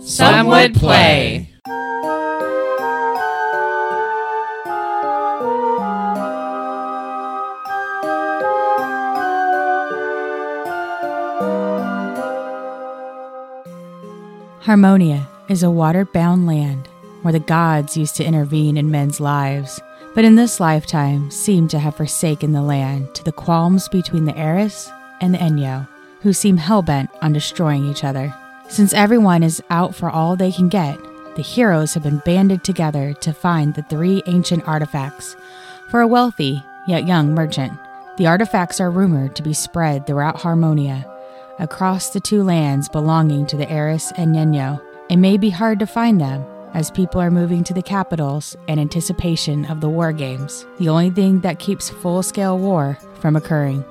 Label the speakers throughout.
Speaker 1: Some would play.
Speaker 2: Harmonia is a water bound land where the gods used to intervene in men's lives, but in this lifetime seem to have forsaken the land to the qualms between the Eris and the Enyo, who seem hell bent on destroying each other. Since everyone is out for all they can get, the heroes have been banded together to find the three ancient artifacts for a wealthy yet young merchant. The artifacts are rumored to be spread throughout Harmonia across the two lands belonging to the Eris and Nino. It may be hard to find them as people are moving to the capitals in anticipation of the war games, the only thing that keeps full scale war from occurring.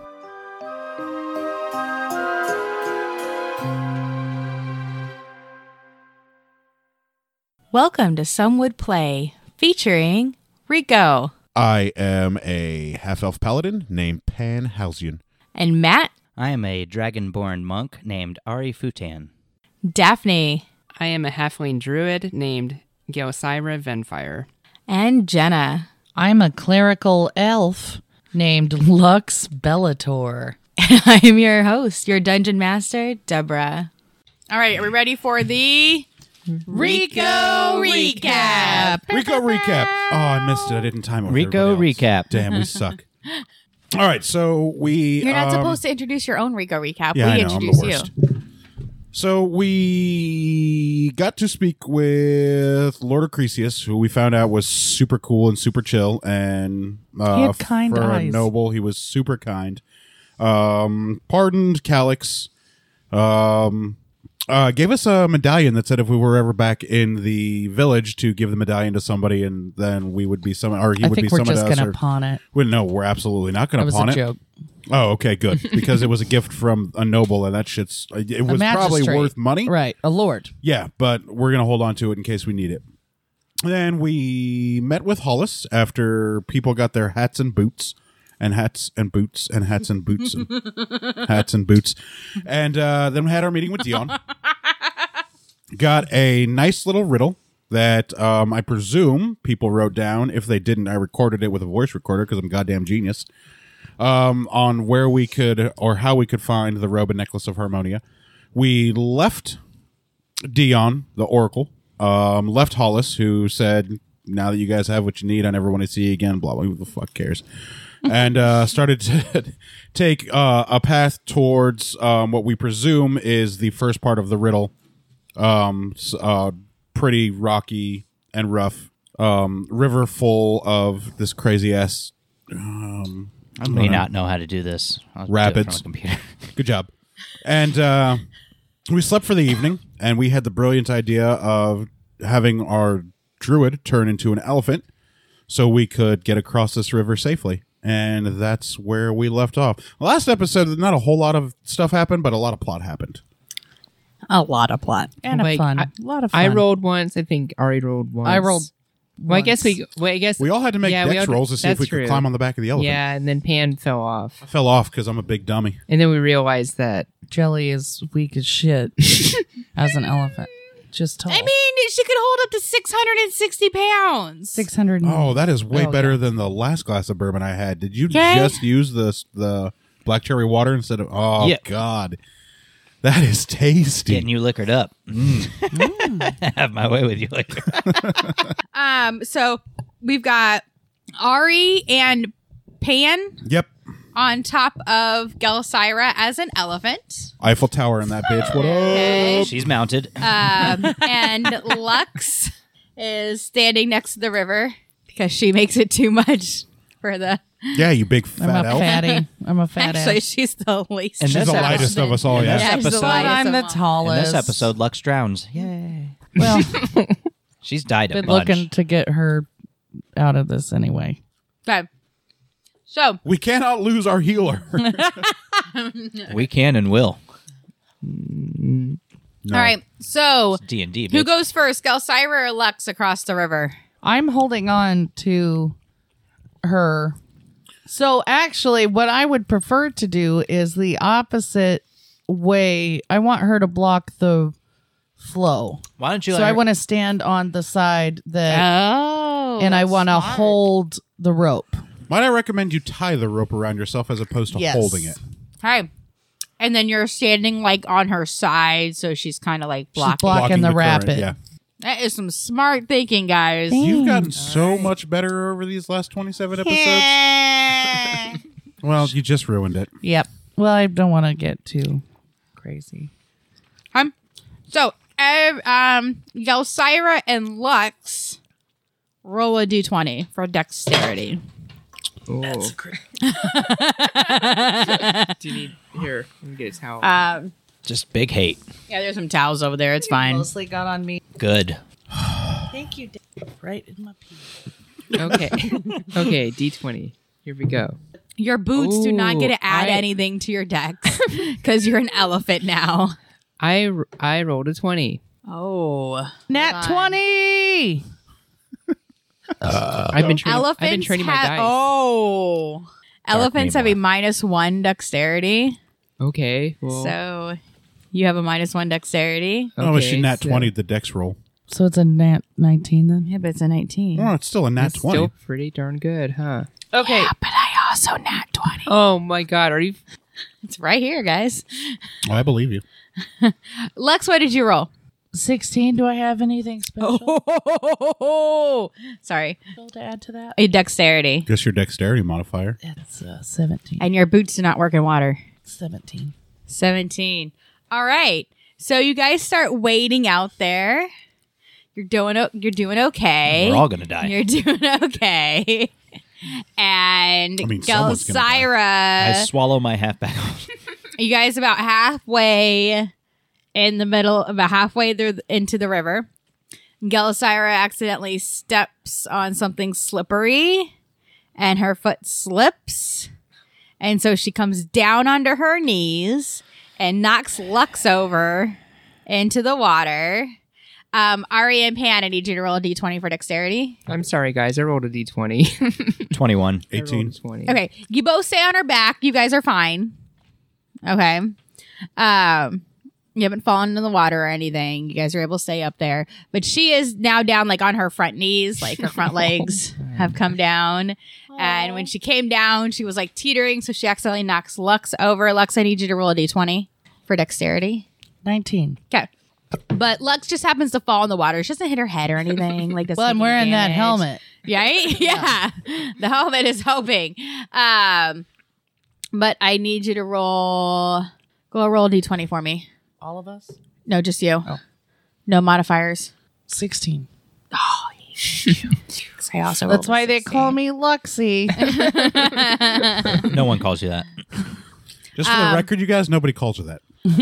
Speaker 2: Welcome to Some Would Play featuring Rico
Speaker 3: I am a half elf paladin named Pan Halcyon.
Speaker 2: and Matt,
Speaker 4: I am a dragonborn monk named Ari Futan.
Speaker 2: Daphne,
Speaker 1: I am a halfling druid named Gelsira Venfire.
Speaker 2: and Jenna.
Speaker 5: I'm a clerical elf named Lux Bellator.
Speaker 2: I'm your host, your dungeon master, Deborah.
Speaker 6: All right, are we ready for the Rico recap?
Speaker 3: Rico recap. Oh, I missed it. I didn't time it. with
Speaker 4: Rico
Speaker 3: everybody else.
Speaker 4: recap.
Speaker 3: Damn, we suck. All right, so we.
Speaker 6: You're not
Speaker 3: um,
Speaker 6: supposed to introduce your own Rico recap.
Speaker 3: Yeah, I
Speaker 6: we
Speaker 3: know, I'm the
Speaker 6: introduce
Speaker 3: worst.
Speaker 6: you.
Speaker 3: So we got to speak with Lord Acrisius, who we found out was super cool and super chill, and uh,
Speaker 5: He had kind
Speaker 3: for a
Speaker 5: eyes.
Speaker 3: noble, he was super kind. Um, pardoned Calix. Um, uh, gave us a medallion that said if we were ever back in the village to give the medallion to somebody, and then we would be summoned, or he
Speaker 5: I
Speaker 3: would be
Speaker 5: think we're
Speaker 3: summoned
Speaker 5: just
Speaker 3: to us.
Speaker 5: going to
Speaker 3: or-
Speaker 5: pawn it.
Speaker 3: well, no, we're absolutely not going
Speaker 5: That
Speaker 3: to
Speaker 5: was
Speaker 3: pawn
Speaker 5: a
Speaker 3: it.
Speaker 5: joke.
Speaker 3: Oh, okay, good. Because it was a gift from a noble, and that shit's it was probably
Speaker 5: magistrate.
Speaker 3: worth money.
Speaker 5: Right. A lord.
Speaker 3: Yeah, but we're gonna hold on to it in case we need it. Then we met with Hollis after people got their hats and boots, and hats and boots and hats and boots and hats and boots, and uh, then we had our meeting with Dion. got a nice little riddle that um, I presume people wrote down. If they didn't, I recorded it with a voice recorder because I'm a goddamn genius. Um, on where we could or how we could find the robe and necklace of Harmonia. We left Dion, the Oracle, um, left Hollis, who said, "Now that you guys have what you need, I never want to see you again." Blah blah. Who the fuck cares? and uh, started to take uh, a path towards um, what we presume is the first part of the riddle. Um, s- uh, pretty rocky and rough. Um, river full of this crazy ass. Um, I
Speaker 4: I
Speaker 3: don't
Speaker 4: may
Speaker 3: know.
Speaker 4: not know how to do this. I'll do it from
Speaker 3: Rabbits.
Speaker 4: a computer.
Speaker 3: Good job. And uh, we slept for the evening, and we had the brilliant idea of having our druid turn into an elephant so we could get across this river safely. And that's where we left off. Last episode, not a whole lot of stuff happened, but a lot of plot happened.
Speaker 6: A lot of plot.
Speaker 5: And
Speaker 1: Wait,
Speaker 5: a fun.
Speaker 1: I-
Speaker 5: A lot of fun.
Speaker 1: I rolled once. I think Ari rolled once.
Speaker 5: I rolled.
Speaker 1: Well, I guess
Speaker 5: once.
Speaker 1: we. Well, I guess
Speaker 3: We all had to make
Speaker 1: Yeah, we
Speaker 3: dex
Speaker 1: all-
Speaker 3: rolls to see if
Speaker 1: that's
Speaker 3: we could
Speaker 1: true.
Speaker 3: climb on the back of the elephant.
Speaker 1: Yeah, and then Pan fell off,
Speaker 3: I fell off because I'm a big dummy.
Speaker 1: and then we realized that
Speaker 5: Jelly is weak as shit as an elephant. Just tall.
Speaker 6: I mean, she could hold up to 660 pounds.
Speaker 5: 600. and-
Speaker 3: Oh, that is way
Speaker 5: Oh,
Speaker 3: better than the last glass of bourbon I had. Did you
Speaker 6: Okay.
Speaker 3: just use the the black cherry water instead of? Oh
Speaker 4: Yeah.
Speaker 3: God, that is tasty.
Speaker 4: Getting you liquored up.
Speaker 3: Mm.
Speaker 5: Mm.
Speaker 4: Have my way with you later.
Speaker 6: Um, so we've got Ari and Pan
Speaker 3: yep,
Speaker 6: on top of Gelsira as an elephant.
Speaker 3: Eiffel Tower in that bitch. What up?
Speaker 4: She's mounted.
Speaker 5: Uh,
Speaker 6: Um, and Lux is standing next to the river because she makes it too much for the.
Speaker 3: Yeah, you big
Speaker 5: I'm
Speaker 3: fat
Speaker 5: a
Speaker 3: elf.
Speaker 5: fatty. I'm a fat
Speaker 6: Actually,
Speaker 5: ass.
Speaker 6: she's the least.
Speaker 4: And
Speaker 3: She's
Speaker 4: this
Speaker 3: the
Speaker 4: episode-
Speaker 3: lightest of us all.
Speaker 4: And
Speaker 3: Yeah,
Speaker 4: this
Speaker 6: Yeah, she's the
Speaker 4: episode-
Speaker 5: But
Speaker 6: lightest.
Speaker 5: I'm the
Speaker 6: In
Speaker 4: In
Speaker 5: tallest.
Speaker 4: this episode, Lux drowns. Yay.
Speaker 5: Well,
Speaker 4: She's died a
Speaker 5: been
Speaker 4: bunch.
Speaker 5: looking to get her out of this anyway.
Speaker 6: Okay. So
Speaker 3: we cannot lose our healer.
Speaker 4: We can and will.
Speaker 3: No.
Speaker 6: all right. So
Speaker 4: D and D.
Speaker 6: who goes first, Gelsira or Lux across the river?
Speaker 5: I'm holding on to her. So actually, what I would prefer to do is the opposite way. I want her to block the flow.
Speaker 4: Why don't you?
Speaker 5: So
Speaker 4: let
Speaker 5: I
Speaker 4: her-
Speaker 5: want to stand on the side that,
Speaker 6: Oh.
Speaker 5: and I want to
Speaker 6: smart.
Speaker 5: hold the rope.
Speaker 3: Might I recommend you tie the rope around yourself as opposed to
Speaker 5: Yes.
Speaker 3: holding it?
Speaker 6: Hi. And then you're standing like on her side, so she's kind of like blocking.
Speaker 5: block- Blocking the
Speaker 3: current,
Speaker 5: rapid.
Speaker 3: Yeah.
Speaker 6: that is some smart thinking, guys.
Speaker 3: You've gotten so much better over these last 27 episodes. well, you just ruined it.
Speaker 5: Yep. Well, I don't want to get too crazy.
Speaker 6: Um, so, ev- um, Yelsira and Lux roll a d20 for dexterity.
Speaker 7: That's great.
Speaker 1: Do you need here? Let me get his towel.
Speaker 6: Um,
Speaker 4: just big hate.
Speaker 6: yeah, there's some towels over there. It's fine.
Speaker 7: Mostly got on me.
Speaker 4: Good.
Speaker 7: Thank you, Dave. Right in my pee.
Speaker 1: okay. okay. D twenty. Here we go.
Speaker 6: Your boots do not get
Speaker 1: Ooh,
Speaker 6: to add
Speaker 1: I-
Speaker 6: anything to your dex because you're an elephant now.
Speaker 1: I r- I rolled a twenty.
Speaker 6: Oh,
Speaker 5: Nat 20.
Speaker 1: I've been training.
Speaker 6: elephants
Speaker 1: I've been training my
Speaker 6: ha-
Speaker 1: dice.
Speaker 6: Oh, elephants have a
Speaker 4: Namor.
Speaker 6: minus one dexterity.
Speaker 1: Okay. Well,
Speaker 6: Oh. So you have a minus one dexterity.
Speaker 1: okay,
Speaker 3: oh, is she nat
Speaker 1: so
Speaker 3: 20 the dex roll?
Speaker 5: So it's a Nat 19 then?
Speaker 6: Yeah, but it's a nineteen.
Speaker 3: Oh, it's still a nat
Speaker 1: That's
Speaker 3: 20.
Speaker 1: still pretty darn good, huh?
Speaker 4: Okay.
Speaker 6: But I also nat twenty.
Speaker 1: Oh my god, are you?
Speaker 6: It's right here, guys.
Speaker 3: I believe you.
Speaker 6: Lex, what did you roll?
Speaker 5: 16. Do I have anything special
Speaker 6: Oh, sorry,
Speaker 5: to add to that?
Speaker 6: a dexterity.
Speaker 3: Just your dexterity modifier.
Speaker 5: That's uh, 17.
Speaker 6: And your boots do not work in water.
Speaker 5: 17.
Speaker 6: 17. All right. So you guys start waiting out there. You're doing o- you're doing okay.
Speaker 4: We're all gonna die.
Speaker 6: you're doing okay. and
Speaker 3: I mean, someone's gonna die.
Speaker 4: I
Speaker 6: Gelsira,
Speaker 4: swallow my half back.
Speaker 6: you guys about halfway in the middle about halfway through th- into the river. Gelsira accidentally steps on something slippery and her foot slips. And so she comes down onto her knees and knocks Lux over into the water. Um, Ari and Pan, I need you to roll a d20 for dexterity.
Speaker 1: I'm sorry, guys. I rolled a D twenty.
Speaker 4: Twenty-one.
Speaker 1: I rolled a
Speaker 3: 18.
Speaker 1: 20.
Speaker 6: Okay, you both stay on her back. You guys are fine. Okay. Um, you haven't fallen in the water or anything. You guys are able to stay up there. But she is now down like on her front knees, like her front legs have come down. And when she came down, she was like teetering, so she accidentally knocks Lux over. Lux, I need you to roll a d20 for dexterity.
Speaker 5: 19.
Speaker 6: Okay. But Lux just happens to fall in the water. She doesn't hit her head or anything. Like this.
Speaker 5: Well, I'm wearing that helmet.
Speaker 6: Right? Yeah. The helmet is helping. Um, but I need you to roll. Go roll a d20 for me.
Speaker 5: All of us?
Speaker 6: No, just you. No modifiers.
Speaker 5: 16.
Speaker 6: I also
Speaker 5: That's why they call me Luxie.
Speaker 4: No one calls you that.
Speaker 3: Just for the record, you guys, nobody calls her that.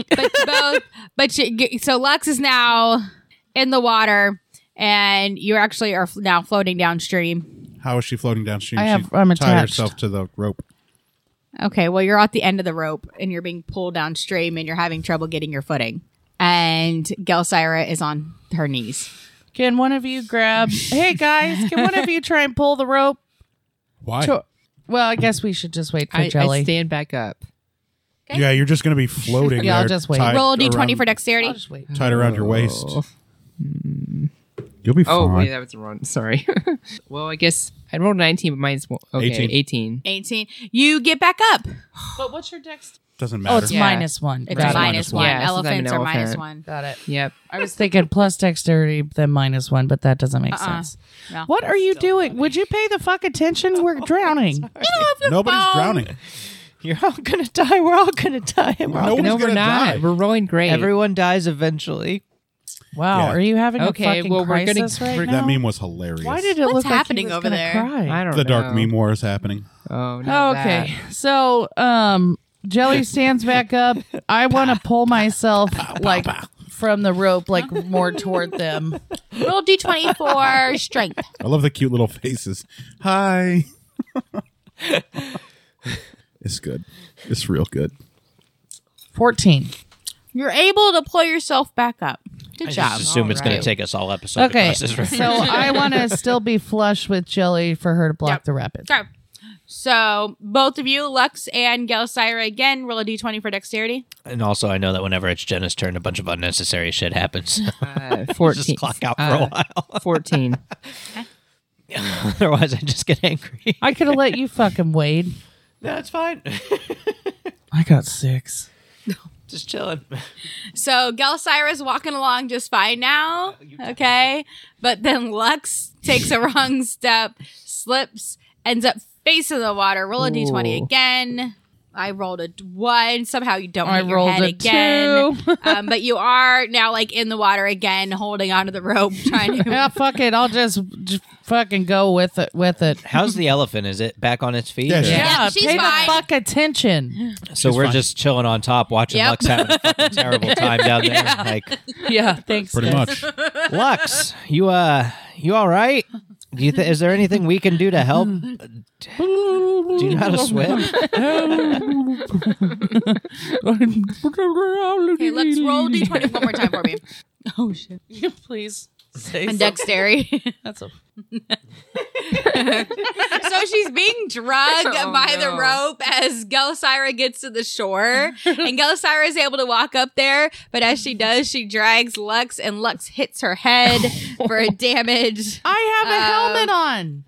Speaker 6: But both. But she, g- so Lux is now in the water, and you actually are f- now floating downstream.
Speaker 3: How is she floating downstream?
Speaker 5: I have-
Speaker 3: she
Speaker 5: I'm
Speaker 3: tied
Speaker 5: attached.
Speaker 3: herself to the rope.
Speaker 6: Okay. Well, you're at the end of the rope, and you're being pulled downstream, and you're having trouble getting your footing. And Gelsira is on her knees.
Speaker 5: can one of you grab. Hey, guys, can one of you try and pull the rope?
Speaker 3: Why?
Speaker 5: to- well, I guess we should just wait for
Speaker 1: I,
Speaker 5: Jelly.
Speaker 1: I stand back up.
Speaker 3: Yeah, you're just going to be floating.
Speaker 5: Yeah, I'll
Speaker 3: there,
Speaker 5: just wait.
Speaker 3: tied
Speaker 6: Roll a d20
Speaker 3: around-
Speaker 6: for dexterity.
Speaker 5: I'll just wait.
Speaker 3: Tied around your waist.
Speaker 1: Oh.
Speaker 3: You'll be
Speaker 1: Oh,
Speaker 3: fine.
Speaker 1: wait, that was the wrong. Sorry. well, I guess I rolled 19, but mine's one- okay,
Speaker 3: 18.
Speaker 1: 18.
Speaker 6: 18. You get back up.
Speaker 5: But what's your dex?
Speaker 3: Doesn't matter.
Speaker 5: Oh, it's
Speaker 1: Yeah.
Speaker 5: minus one.
Speaker 1: It's
Speaker 5: Got it.
Speaker 6: Minus
Speaker 3: minus
Speaker 6: one.
Speaker 1: Yeah, since I'm
Speaker 6: Elephants
Speaker 1: an
Speaker 6: are minus
Speaker 1: elephant.
Speaker 6: one.
Speaker 5: Got it.
Speaker 1: Yep.
Speaker 5: I was thinking plus dexterity, then minus one, but that doesn't make
Speaker 6: Uh-uh.
Speaker 5: sense.
Speaker 6: No.
Speaker 5: What are you doing? Would you pay the fuck attention?
Speaker 6: Oh,
Speaker 5: We're drowning.
Speaker 3: Nobody's
Speaker 6: phone.
Speaker 3: drowning.
Speaker 4: You're all gonna die. We're all gonna die. We're all
Speaker 3: No one's
Speaker 1: No, we're
Speaker 3: gonna
Speaker 1: not.
Speaker 3: die.
Speaker 1: We're rolling great.
Speaker 4: Everyone dies eventually.
Speaker 5: Wow,
Speaker 3: Yeah.
Speaker 5: are you having
Speaker 1: Okay,
Speaker 5: a fucking
Speaker 1: well, we're gonna-
Speaker 5: crisis right
Speaker 1: we're-
Speaker 5: now?
Speaker 3: That meme was hilarious.
Speaker 5: Why did it
Speaker 6: What's
Speaker 5: look like
Speaker 6: happening
Speaker 5: he was
Speaker 6: over
Speaker 5: gonna
Speaker 6: there?
Speaker 5: Cry?
Speaker 1: I don't
Speaker 3: the dark
Speaker 1: know.
Speaker 3: meme war is happening?
Speaker 1: Oh, no.
Speaker 5: Okay, so um, Jelly stands back up. I want to pull myself like from the rope, like more toward them.
Speaker 6: Roll d20 for strength.
Speaker 3: I love the cute little faces. Hi. it's good. It's real good.
Speaker 5: Fourteen.
Speaker 6: You're able to pull yourself back up. Good
Speaker 4: I
Speaker 6: job.
Speaker 4: just assume it's gonna
Speaker 1: Alright.
Speaker 4: take us all episode.
Speaker 5: Okay,
Speaker 4: to
Speaker 5: so
Speaker 4: process.
Speaker 5: I want to still be flush with Jelly for her to block
Speaker 6: Yep.
Speaker 5: the rapids.
Speaker 6: Okay. So both of you, Lux and Gelsira, again, roll a d20 for dexterity.
Speaker 4: And also, I know that whenever it's Jenna's turn, a bunch of unnecessary shit happens.
Speaker 8: Uh,
Speaker 4: just
Speaker 8: 14.
Speaker 4: clock out for
Speaker 8: Uh,
Speaker 4: a while.
Speaker 8: 14.
Speaker 4: Otherwise, I just get angry.
Speaker 5: I could have let you fuck him, Wade.
Speaker 4: That's fine.
Speaker 7: I got six.
Speaker 4: just chilling.
Speaker 6: So Gelsira's walking along just fine
Speaker 5: Uh,
Speaker 6: now, okay? But then Lux takes a wrong step, slips, ends up facing the water. Roll a d20
Speaker 8: Ooh.
Speaker 6: again. I rolled a d- one. Somehow you don't
Speaker 5: I
Speaker 6: hit your
Speaker 5: rolled
Speaker 6: head
Speaker 5: a
Speaker 6: again.
Speaker 5: two.
Speaker 6: um, but you are now like in the water again, holding onto the rope, trying to
Speaker 5: Yeah, Ah, fuck it. I'll just, j fucking go with it. With it.
Speaker 4: How's the elephant? Is it back on its feet?
Speaker 3: Yeah, Yeah.
Speaker 5: Yeah,
Speaker 6: she's
Speaker 5: pay
Speaker 6: fine.
Speaker 5: the fuck attention.
Speaker 4: So
Speaker 3: She's
Speaker 4: we're
Speaker 3: fine.
Speaker 4: just chilling on top, watching
Speaker 6: Yep.
Speaker 4: Lux having a fucking terrible time down there. Like,
Speaker 5: Yeah, thanks.
Speaker 3: Pretty
Speaker 5: guys.
Speaker 3: much.
Speaker 4: Lux, you uh, you all right? Do you th- is there anything we can do to help? Do you know how to swim?
Speaker 6: Okay, let's roll d20 one more time for me.
Speaker 5: Oh shit! Please say
Speaker 6: And
Speaker 5: something.
Speaker 6: dexterity.
Speaker 5: That's a
Speaker 6: so she's being drugged
Speaker 8: Oh,
Speaker 6: by the
Speaker 8: no.
Speaker 6: rope as Gelisira gets to the shore. and Gelisira is able to walk up there, but as she does, she drags Lux and Lux hits her head for a damage.
Speaker 5: I have a
Speaker 6: Um,
Speaker 5: helmet on.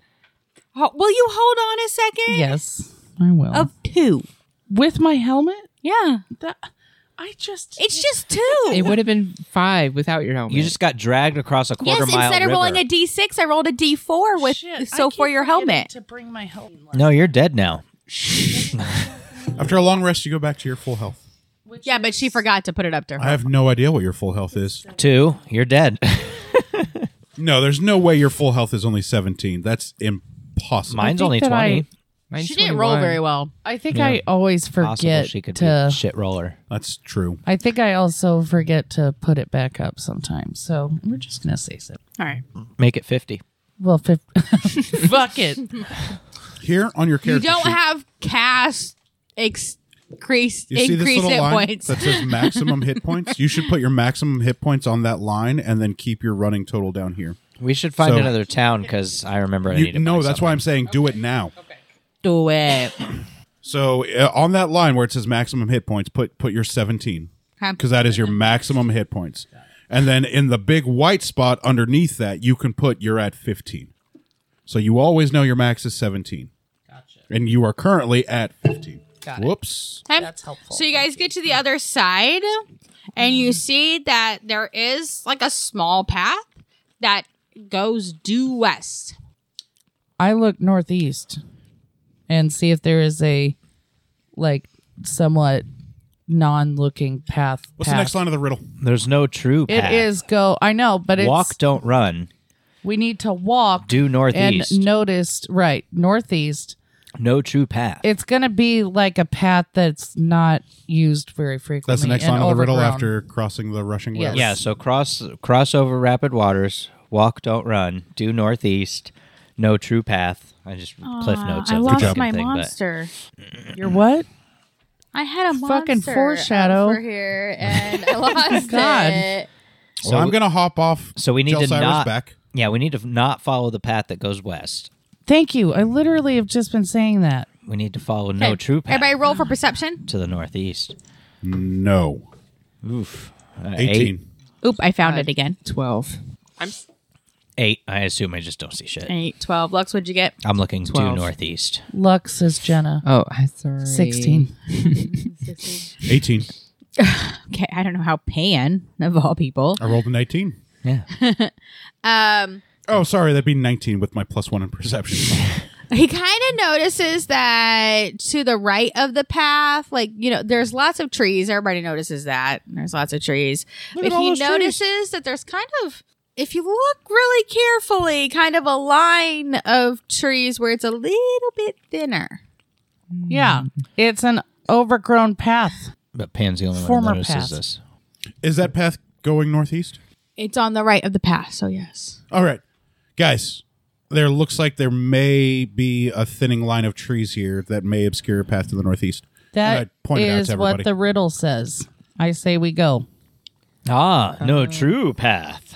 Speaker 6: Ho- Will you hold on a second?
Speaker 5: Yes, I will.
Speaker 6: Of two.
Speaker 5: Uh, with my helmet,
Speaker 6: Yeah.
Speaker 5: that I just
Speaker 6: It's just two.
Speaker 8: It would have been five without your helmet.
Speaker 4: You just got dragged across a
Speaker 6: yes,
Speaker 4: quarter mile
Speaker 6: instead of
Speaker 4: river.
Speaker 6: rolling a d6, I rolled a d4 with
Speaker 5: Shit, I
Speaker 6: so for
Speaker 5: keep
Speaker 6: your
Speaker 5: forgetting
Speaker 6: helmet.
Speaker 5: to bring my helmet.
Speaker 4: no, you're dead now.
Speaker 3: After a long rest, you go back to your full health.
Speaker 6: Yeah, but she forgot to put it up to
Speaker 3: I
Speaker 6: her.
Speaker 3: have no idea what your full health is.
Speaker 4: Two, you're dead.
Speaker 3: No, there's no way your full health is only 17. That's impossible.
Speaker 4: Mine's
Speaker 5: think
Speaker 4: only
Speaker 5: that I-
Speaker 4: twenty.
Speaker 8: Mine's
Speaker 6: She didn't roll
Speaker 8: 21.
Speaker 6: very well.
Speaker 5: I think I always
Speaker 4: Possible
Speaker 5: forget
Speaker 4: she could be
Speaker 5: to.
Speaker 4: a shit roller.
Speaker 3: That's true.
Speaker 5: I think I also forget to put it back up sometimes. So we're just gonna say so.
Speaker 6: All right.
Speaker 4: Make it fifty.
Speaker 5: Well, fif- fuck it.
Speaker 3: Here on your
Speaker 6: You
Speaker 3: character
Speaker 6: don't
Speaker 3: sheet,
Speaker 6: have cast ex- increase
Speaker 3: you see this
Speaker 6: increase
Speaker 3: little
Speaker 6: hit
Speaker 3: line
Speaker 6: points.
Speaker 3: that says maximum hit points. You should put your maximum hit points on that line and then keep your running total down here.
Speaker 4: We should find
Speaker 3: So-
Speaker 4: another town because I remember I
Speaker 3: You,
Speaker 4: need to.
Speaker 3: no,
Speaker 4: buy
Speaker 3: that's why I'm saying do it now.
Speaker 6: Do it.
Speaker 3: So uh, on that line where it says maximum hit points, put put your 17 because that is your maximum hit points. And then in the big white spot underneath that, you can put you're at 15. So you always know your max is 17. Gotcha. And you are currently at 15. Whoops.
Speaker 6: That's helpful. So you guys get to the other side, and you see that there is like a small path that goes due west.
Speaker 5: I look northeast and see if there is a like somewhat non-looking path.
Speaker 3: What's
Speaker 5: path.
Speaker 3: the next line of the riddle?
Speaker 4: There's no true
Speaker 5: It
Speaker 4: path.
Speaker 5: is go. I know, but it's
Speaker 4: walk, don't run.
Speaker 5: we need to walk
Speaker 4: Do
Speaker 5: and
Speaker 4: northeast.
Speaker 5: noticed right northeast.
Speaker 4: no true path.
Speaker 5: It's gonna be like a path that's not used very frequently.
Speaker 3: That's the next
Speaker 5: and
Speaker 3: line of the riddle
Speaker 5: overgrown.
Speaker 3: after crossing the rushing
Speaker 5: Yes.
Speaker 3: river.
Speaker 4: yeah. So cross cross over rapid waters. Walk, don't run. Do northeast. No true path. I just cliff
Speaker 6: Uh,
Speaker 4: notes. of the fucking thing, but-
Speaker 5: You're what?
Speaker 6: I had a
Speaker 5: Fucking foreshadow.
Speaker 6: over here, and I lost
Speaker 5: God.
Speaker 6: it.
Speaker 3: So I'm going to hop off.
Speaker 4: So we need
Speaker 3: Jill
Speaker 4: to
Speaker 3: Cyrus
Speaker 4: not.
Speaker 3: back.
Speaker 4: Yeah, we need to not follow the path that goes west.
Speaker 5: Thank you. I literally have just been saying that.
Speaker 4: We need to follow no true path
Speaker 6: Everybody, roll for perception.
Speaker 4: to the northeast.
Speaker 3: No.
Speaker 4: Oof. Uh,
Speaker 3: 18.
Speaker 4: Eight,
Speaker 6: Oop! I found it again.
Speaker 8: 12.
Speaker 4: eight. I assume I just don't see shit.
Speaker 6: Eight, twelve. Lux, what'd you get?
Speaker 4: I'm looking to
Speaker 8: Twelve.
Speaker 4: northeast.
Speaker 5: Lux says Jenna.
Speaker 8: Oh, I'm sorry.
Speaker 5: 16.
Speaker 3: 18.
Speaker 6: Okay, I don't know how Pan of all people.
Speaker 3: I rolled a 19.
Speaker 4: Yeah.
Speaker 6: Um,
Speaker 3: Oh, sorry. That'd be 19 with my plus one in perception.
Speaker 6: he kind of notices that to the right of the path, like you know, there's lots of trees. Everybody notices that there's lots of trees, but he notices that there's kind of, if you look really carefully, kind of a line of trees where it's a little bit thinner.
Speaker 5: Yeah, it's an overgrown path.
Speaker 4: But Pan's the only
Speaker 5: Former
Speaker 4: one who notices
Speaker 5: path.
Speaker 4: this.
Speaker 3: Is that path going northeast?
Speaker 6: It's on the right of the path, so yes.
Speaker 3: All right, guys. There looks like there may be a thinning line of trees here that may obscure a path to the northeast.
Speaker 5: That
Speaker 3: And I pointed out
Speaker 5: is
Speaker 3: to
Speaker 5: what
Speaker 3: everybody.
Speaker 5: the riddle says. I say we go.
Speaker 4: Ah, no
Speaker 5: Uh,
Speaker 4: true path.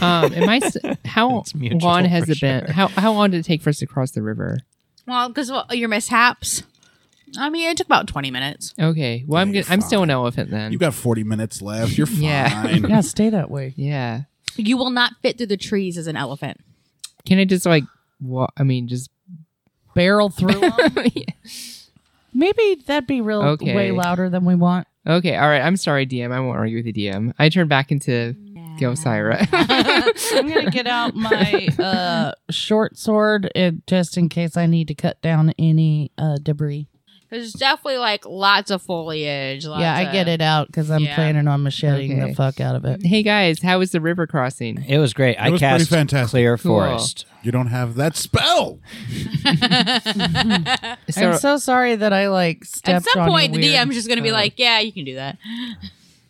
Speaker 8: Um, am I? s- How
Speaker 4: mutual
Speaker 8: long has
Speaker 4: for
Speaker 8: it been? How how long did it take for us to cross the river?
Speaker 6: Well, because well, your mishaps. I mean, it took about 20 minutes.
Speaker 8: Okay. Well, I'm
Speaker 3: Yeah,
Speaker 8: gonna, I'm still an
Speaker 3: fine.
Speaker 8: elephant then.
Speaker 3: You got 40 minutes left. You're fine.
Speaker 8: Yeah.
Speaker 7: Yeah, stay that way.
Speaker 8: yeah.
Speaker 6: You will not fit through the trees as an elephant.
Speaker 8: Can I just like? What? I mean, just.
Speaker 5: Barrel through 'em.
Speaker 7: Maybe that'd be real
Speaker 8: Okay.
Speaker 7: way louder than we want.
Speaker 8: Okay. All right. I'm sorry, DM. I won't argue with the DM. I turn back into Gelsira.
Speaker 5: I'm gonna get out my uh, short sword and just in case I need to cut down any uh, debris.
Speaker 6: There's definitely like lots of foliage. Lots
Speaker 5: yeah, I get it out because I'm
Speaker 6: Yeah.
Speaker 5: planning on macheting
Speaker 8: Okay.
Speaker 5: the fuck out of it.
Speaker 8: hey guys, how was the river crossing?
Speaker 4: It was great. I
Speaker 3: was pretty
Speaker 4: cast
Speaker 3: fantastic.
Speaker 4: Clear
Speaker 8: Cool.
Speaker 4: Forest.
Speaker 3: You don't have that spell.
Speaker 8: So,
Speaker 5: I'm so sorry that I like
Speaker 6: At
Speaker 5: stepped
Speaker 6: some
Speaker 5: on you
Speaker 6: point, the
Speaker 5: weird.
Speaker 6: DM's just going to be like, yeah, you can do that.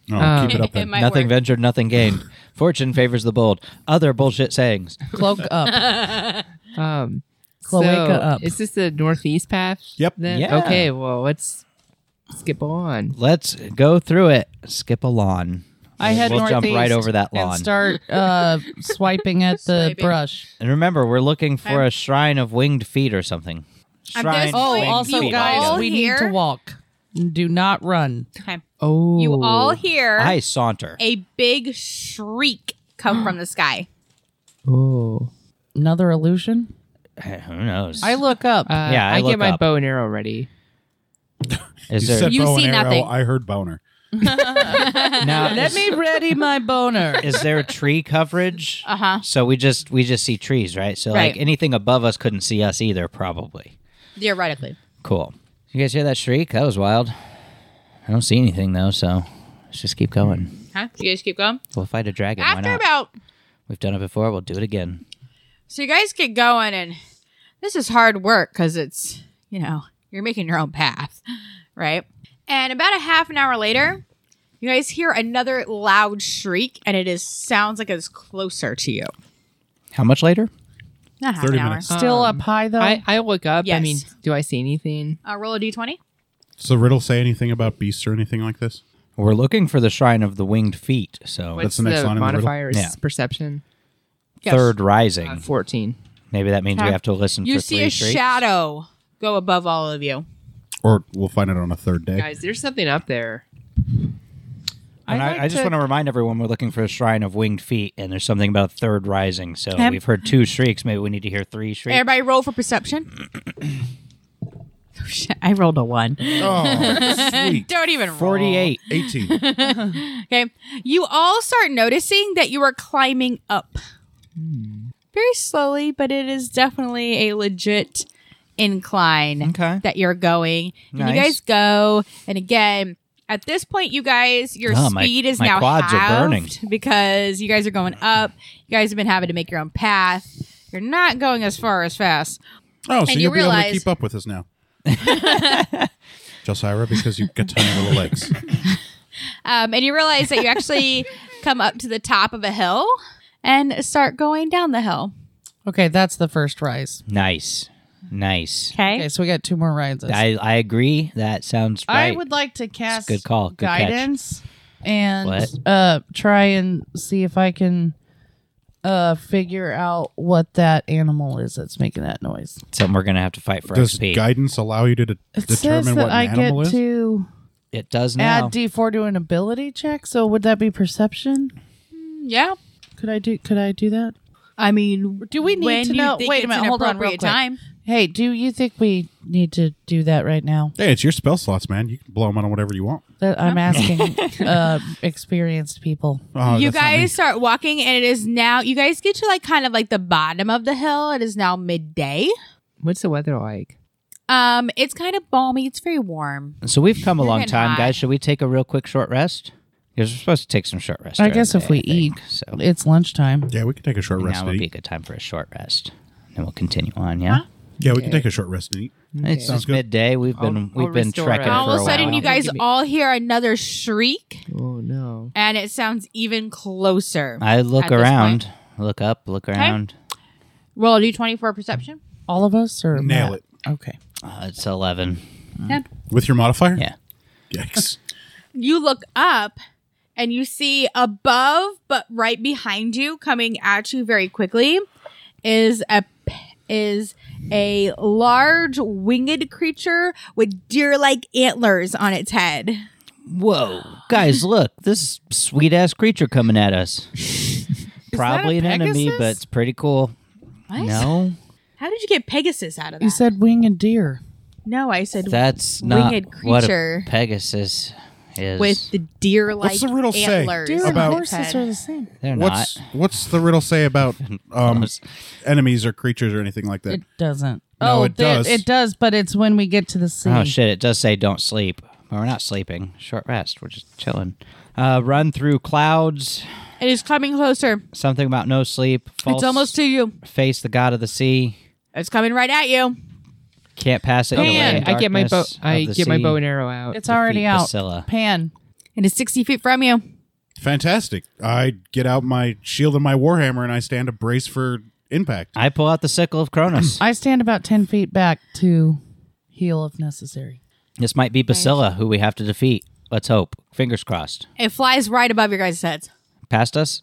Speaker 3: No,
Speaker 8: Um,
Speaker 3: keep it up.
Speaker 6: it
Speaker 3: Then.
Speaker 6: might
Speaker 4: Nothing
Speaker 6: work.
Speaker 4: ventured, nothing gained. Fortune favors the bold. Other bullshit sayings.
Speaker 5: cloak up.
Speaker 8: um,
Speaker 5: Cloaca
Speaker 8: so
Speaker 5: up.
Speaker 8: Is this the northeast path?
Speaker 3: Yep.
Speaker 8: Then?
Speaker 4: Yeah.
Speaker 8: Okay. Well, let's skip on.
Speaker 4: Let's go through it. Skip a lawn.
Speaker 5: I head
Speaker 4: We'll jump
Speaker 5: northeast
Speaker 4: right over that lawn.
Speaker 5: and start uh, swiping at the
Speaker 6: Swiping.
Speaker 5: brush.
Speaker 4: And remember, we're looking for a shrine of winged feet or something.
Speaker 6: At
Speaker 4: Shrine
Speaker 6: this
Speaker 4: of
Speaker 5: Oh,
Speaker 6: point,
Speaker 4: winged
Speaker 5: also,
Speaker 4: feet.
Speaker 5: guys,
Speaker 6: all
Speaker 5: we need
Speaker 6: here?
Speaker 5: to walk. Do not run.
Speaker 8: Oh,
Speaker 6: You all hear
Speaker 4: I saunter.
Speaker 6: a big shriek come from the sky.
Speaker 8: Oh.
Speaker 5: Another illusion.
Speaker 4: Who knows?
Speaker 5: I look up.
Speaker 8: Uh,
Speaker 4: Yeah, I
Speaker 8: I,
Speaker 4: look
Speaker 8: get my
Speaker 4: up.
Speaker 8: bow and arrow ready.
Speaker 4: Is
Speaker 3: you
Speaker 4: there
Speaker 3: said
Speaker 6: You
Speaker 3: bow
Speaker 6: see
Speaker 3: and arrow.
Speaker 6: nothing.
Speaker 3: I heard boner.
Speaker 4: now,
Speaker 5: Let
Speaker 4: is,
Speaker 5: me ready my boner.
Speaker 4: is there tree coverage? Uh
Speaker 6: Uh-huh.
Speaker 4: So we just we just see trees, right? So
Speaker 6: Right.
Speaker 4: like anything above us couldn't see us either, probably.
Speaker 6: Theoretically.
Speaker 4: Cool. You guys hear that shriek? That was wild. I don't see anything though, so let's just keep going.
Speaker 6: Huh? You guys keep going?
Speaker 4: We'll fight a dragon. Why
Speaker 6: After
Speaker 4: not?
Speaker 6: about
Speaker 4: We've done it before. We'll do it again.
Speaker 6: So you guys get going, and this is hard work because it's, you know, you're making your own path, right? And about a half an hour later, you guys hear another loud shriek, and it is sounds like it's closer to you.
Speaker 4: How much later?
Speaker 6: Not half
Speaker 3: 30
Speaker 6: an hour.
Speaker 3: minutes.
Speaker 5: Still
Speaker 8: Um,
Speaker 5: up high though.
Speaker 8: I, I look up. I
Speaker 6: Yes.
Speaker 8: mean, do I see anything?
Speaker 6: Uh, roll a d20.
Speaker 3: Does the riddle say anything about beasts or anything like this?
Speaker 4: We're looking for the shrine of the winged feet. So
Speaker 8: What's
Speaker 3: the next line in the riddle.
Speaker 8: modifier is
Speaker 4: Yeah.
Speaker 8: perception.
Speaker 4: third rising.
Speaker 8: Uh, Fourteen.
Speaker 4: Maybe that means we
Speaker 6: Okay.
Speaker 4: have to listen
Speaker 6: You
Speaker 4: for
Speaker 6: see
Speaker 4: three
Speaker 6: a
Speaker 4: straight.
Speaker 6: shadow go above all of you.
Speaker 3: Or we'll find it on a third day.
Speaker 8: Guys, there's something up there.
Speaker 4: And
Speaker 5: I'd
Speaker 4: I,
Speaker 5: like
Speaker 4: I just
Speaker 5: to-
Speaker 4: want to remind everyone we're looking for a shrine of winged feet, and there's something about a third rising. So we've heard two shrieks. Maybe we need to hear three shrieks.
Speaker 6: Everybody roll for perception. Oh, shit, I rolled a one.
Speaker 3: Oh, sweet.
Speaker 6: Don't even roll.
Speaker 4: 48.
Speaker 3: 18.
Speaker 6: Okay. You all start noticing that you are climbing up very slowly, but it is definitely a legit incline
Speaker 4: Okay.
Speaker 6: that you're going. And you
Speaker 4: Nice.
Speaker 6: guys go. And again, at this point, you guys, your
Speaker 4: Oh, my-
Speaker 6: speed is
Speaker 4: my
Speaker 6: now
Speaker 4: quads are
Speaker 6: halved
Speaker 4: burning.
Speaker 6: because you guys are going up. You guys have been having to make your own path. You're not going as far as fast.
Speaker 3: Oh, so
Speaker 6: And you
Speaker 3: you'll be able
Speaker 6: realize-
Speaker 3: to keep up with us now. Josira, because you've got tiny little legs.
Speaker 6: Um, and you realize that you actually come up to the top of a hill and start going down the hill.
Speaker 5: okay, that's the first rise.
Speaker 4: Nice. Nice.
Speaker 5: Okay, so we got two more rises.
Speaker 4: I, I agree. That sounds
Speaker 5: I
Speaker 4: right.
Speaker 5: would like to cast
Speaker 4: good call. Good catch.
Speaker 5: guidance and
Speaker 4: What?
Speaker 5: uh try and see if I can uh figure out what that animal is that's making that noise.
Speaker 4: Something we're going to have to fight for
Speaker 3: Does
Speaker 4: XP.
Speaker 3: guidance allow you to de-
Speaker 5: It says
Speaker 3: determine
Speaker 5: that
Speaker 3: what an
Speaker 5: I get
Speaker 3: animal is?
Speaker 5: to
Speaker 4: it does now.
Speaker 5: add D four to an ability check, so would that be perception?
Speaker 6: Yeah.
Speaker 5: Could I do could I do that?
Speaker 6: I mean,
Speaker 5: Do we need
Speaker 6: when
Speaker 5: to
Speaker 6: you
Speaker 5: know
Speaker 6: think
Speaker 5: wait
Speaker 6: it's
Speaker 5: a minute,
Speaker 6: an
Speaker 5: hold on real
Speaker 6: appropriate
Speaker 5: quick.
Speaker 6: time.
Speaker 5: Hey, do you think we need to do that right now?
Speaker 3: Hey, it's your spell slots, man. You can blow them on whatever you want.
Speaker 5: That I'm asking uh experienced people.
Speaker 3: Oh,
Speaker 6: you
Speaker 3: that's not me.
Speaker 6: guys start walking, and it is now. You guys get to like kind of like the bottom of the hill. It is now midday.
Speaker 8: What's the weather like?
Speaker 6: Um, it's kind of balmy. It's very warm.
Speaker 4: so we've come a
Speaker 6: You're
Speaker 4: long
Speaker 6: getting
Speaker 4: time,
Speaker 6: hot.
Speaker 4: guys. Should we take a real quick short rest? Because we're supposed to take some short rest.
Speaker 5: I
Speaker 4: during
Speaker 5: guess
Speaker 4: the
Speaker 5: if
Speaker 4: day,
Speaker 5: we
Speaker 4: I
Speaker 5: eat,
Speaker 4: think. so
Speaker 5: it's lunchtime.
Speaker 3: Yeah, we can take a short rest
Speaker 4: now
Speaker 3: and
Speaker 4: would be a
Speaker 3: eat.
Speaker 4: good time for a short rest. Then we'll continue on. Yeah,
Speaker 3: Yeah, we can take a short rest and eat.
Speaker 4: it's
Speaker 3: Sounds
Speaker 4: just
Speaker 3: good.
Speaker 4: midday. We've been
Speaker 8: I'll-
Speaker 4: we've
Speaker 8: I'll
Speaker 4: been
Speaker 8: restore
Speaker 4: trekking
Speaker 8: it.
Speaker 4: for
Speaker 6: all of
Speaker 4: a
Speaker 6: a
Speaker 4: while.
Speaker 6: sudden, you guys
Speaker 8: Give me-
Speaker 6: all hear another shriek,
Speaker 8: Oh no.
Speaker 6: and it sounds even closer.
Speaker 4: I look
Speaker 6: at this
Speaker 4: around, look up, look around.
Speaker 6: Roll a d20 for perception.
Speaker 5: All of us or
Speaker 3: Nail
Speaker 5: Matt?
Speaker 3: it.
Speaker 5: Okay.
Speaker 4: Uh, it's eleven.
Speaker 3: With your modifier?
Speaker 4: Yeah.
Speaker 3: Yikes.
Speaker 6: You look up, and you see above, but right behind you, coming at you very quickly, is a p- is a large winged creature with deer like antlers on its head.
Speaker 4: Whoa, guys, look! This sweet ass creature coming at us. Probably an
Speaker 5: that a
Speaker 4: enemy,
Speaker 5: Pegasus?
Speaker 4: but it's pretty cool.
Speaker 6: What?
Speaker 4: No,
Speaker 6: How did you get Pegasus out of that?
Speaker 7: You said winged deer.
Speaker 6: no, I said
Speaker 4: that's not
Speaker 6: Winged
Speaker 4: what a
Speaker 6: creature.
Speaker 4: Pegasus is.
Speaker 6: with the deer like
Speaker 3: What's the riddle say?
Speaker 6: antlers.
Speaker 3: Deer
Speaker 6: on
Speaker 3: about-
Speaker 6: its head.
Speaker 7: same.
Speaker 4: They're
Speaker 3: What's
Speaker 4: not.
Speaker 3: what's the riddle say about um,
Speaker 4: Close.
Speaker 3: enemies or creatures or anything like that?
Speaker 7: It doesn't.
Speaker 3: No,
Speaker 5: oh,
Speaker 3: it
Speaker 5: there-
Speaker 3: does.
Speaker 5: It does, but it's when we get to the sea.
Speaker 4: Oh shit! It does say don't sleep. Well, we're not sleeping. Short rest. We're just chilling. Uh, run through clouds.
Speaker 6: It is coming closer.
Speaker 4: Something about no sleep. False
Speaker 6: It's almost to you.
Speaker 4: face the god of the sea.
Speaker 6: It's coming right at you.
Speaker 4: Can't pass it. in the
Speaker 8: Pan,
Speaker 4: land
Speaker 8: Oh, I get my bow.
Speaker 4: darkness
Speaker 8: I
Speaker 4: of the
Speaker 8: get my
Speaker 4: sea.
Speaker 8: bow and arrow out.
Speaker 5: It's already
Speaker 4: Defeat
Speaker 5: out.
Speaker 4: Priscilla.
Speaker 5: Pan.
Speaker 6: It is 60 feet from you.
Speaker 3: Fantastic! I get out my shield and my warhammer and I stand a brace for impact.
Speaker 4: I pull out the sickle of Cronus.
Speaker 5: I stand about 10 feet back to heal if necessary.
Speaker 4: this might be Basilla, who we have to defeat. Let's hope. Fingers crossed.
Speaker 6: It flies right above your guys' heads.
Speaker 4: Past us.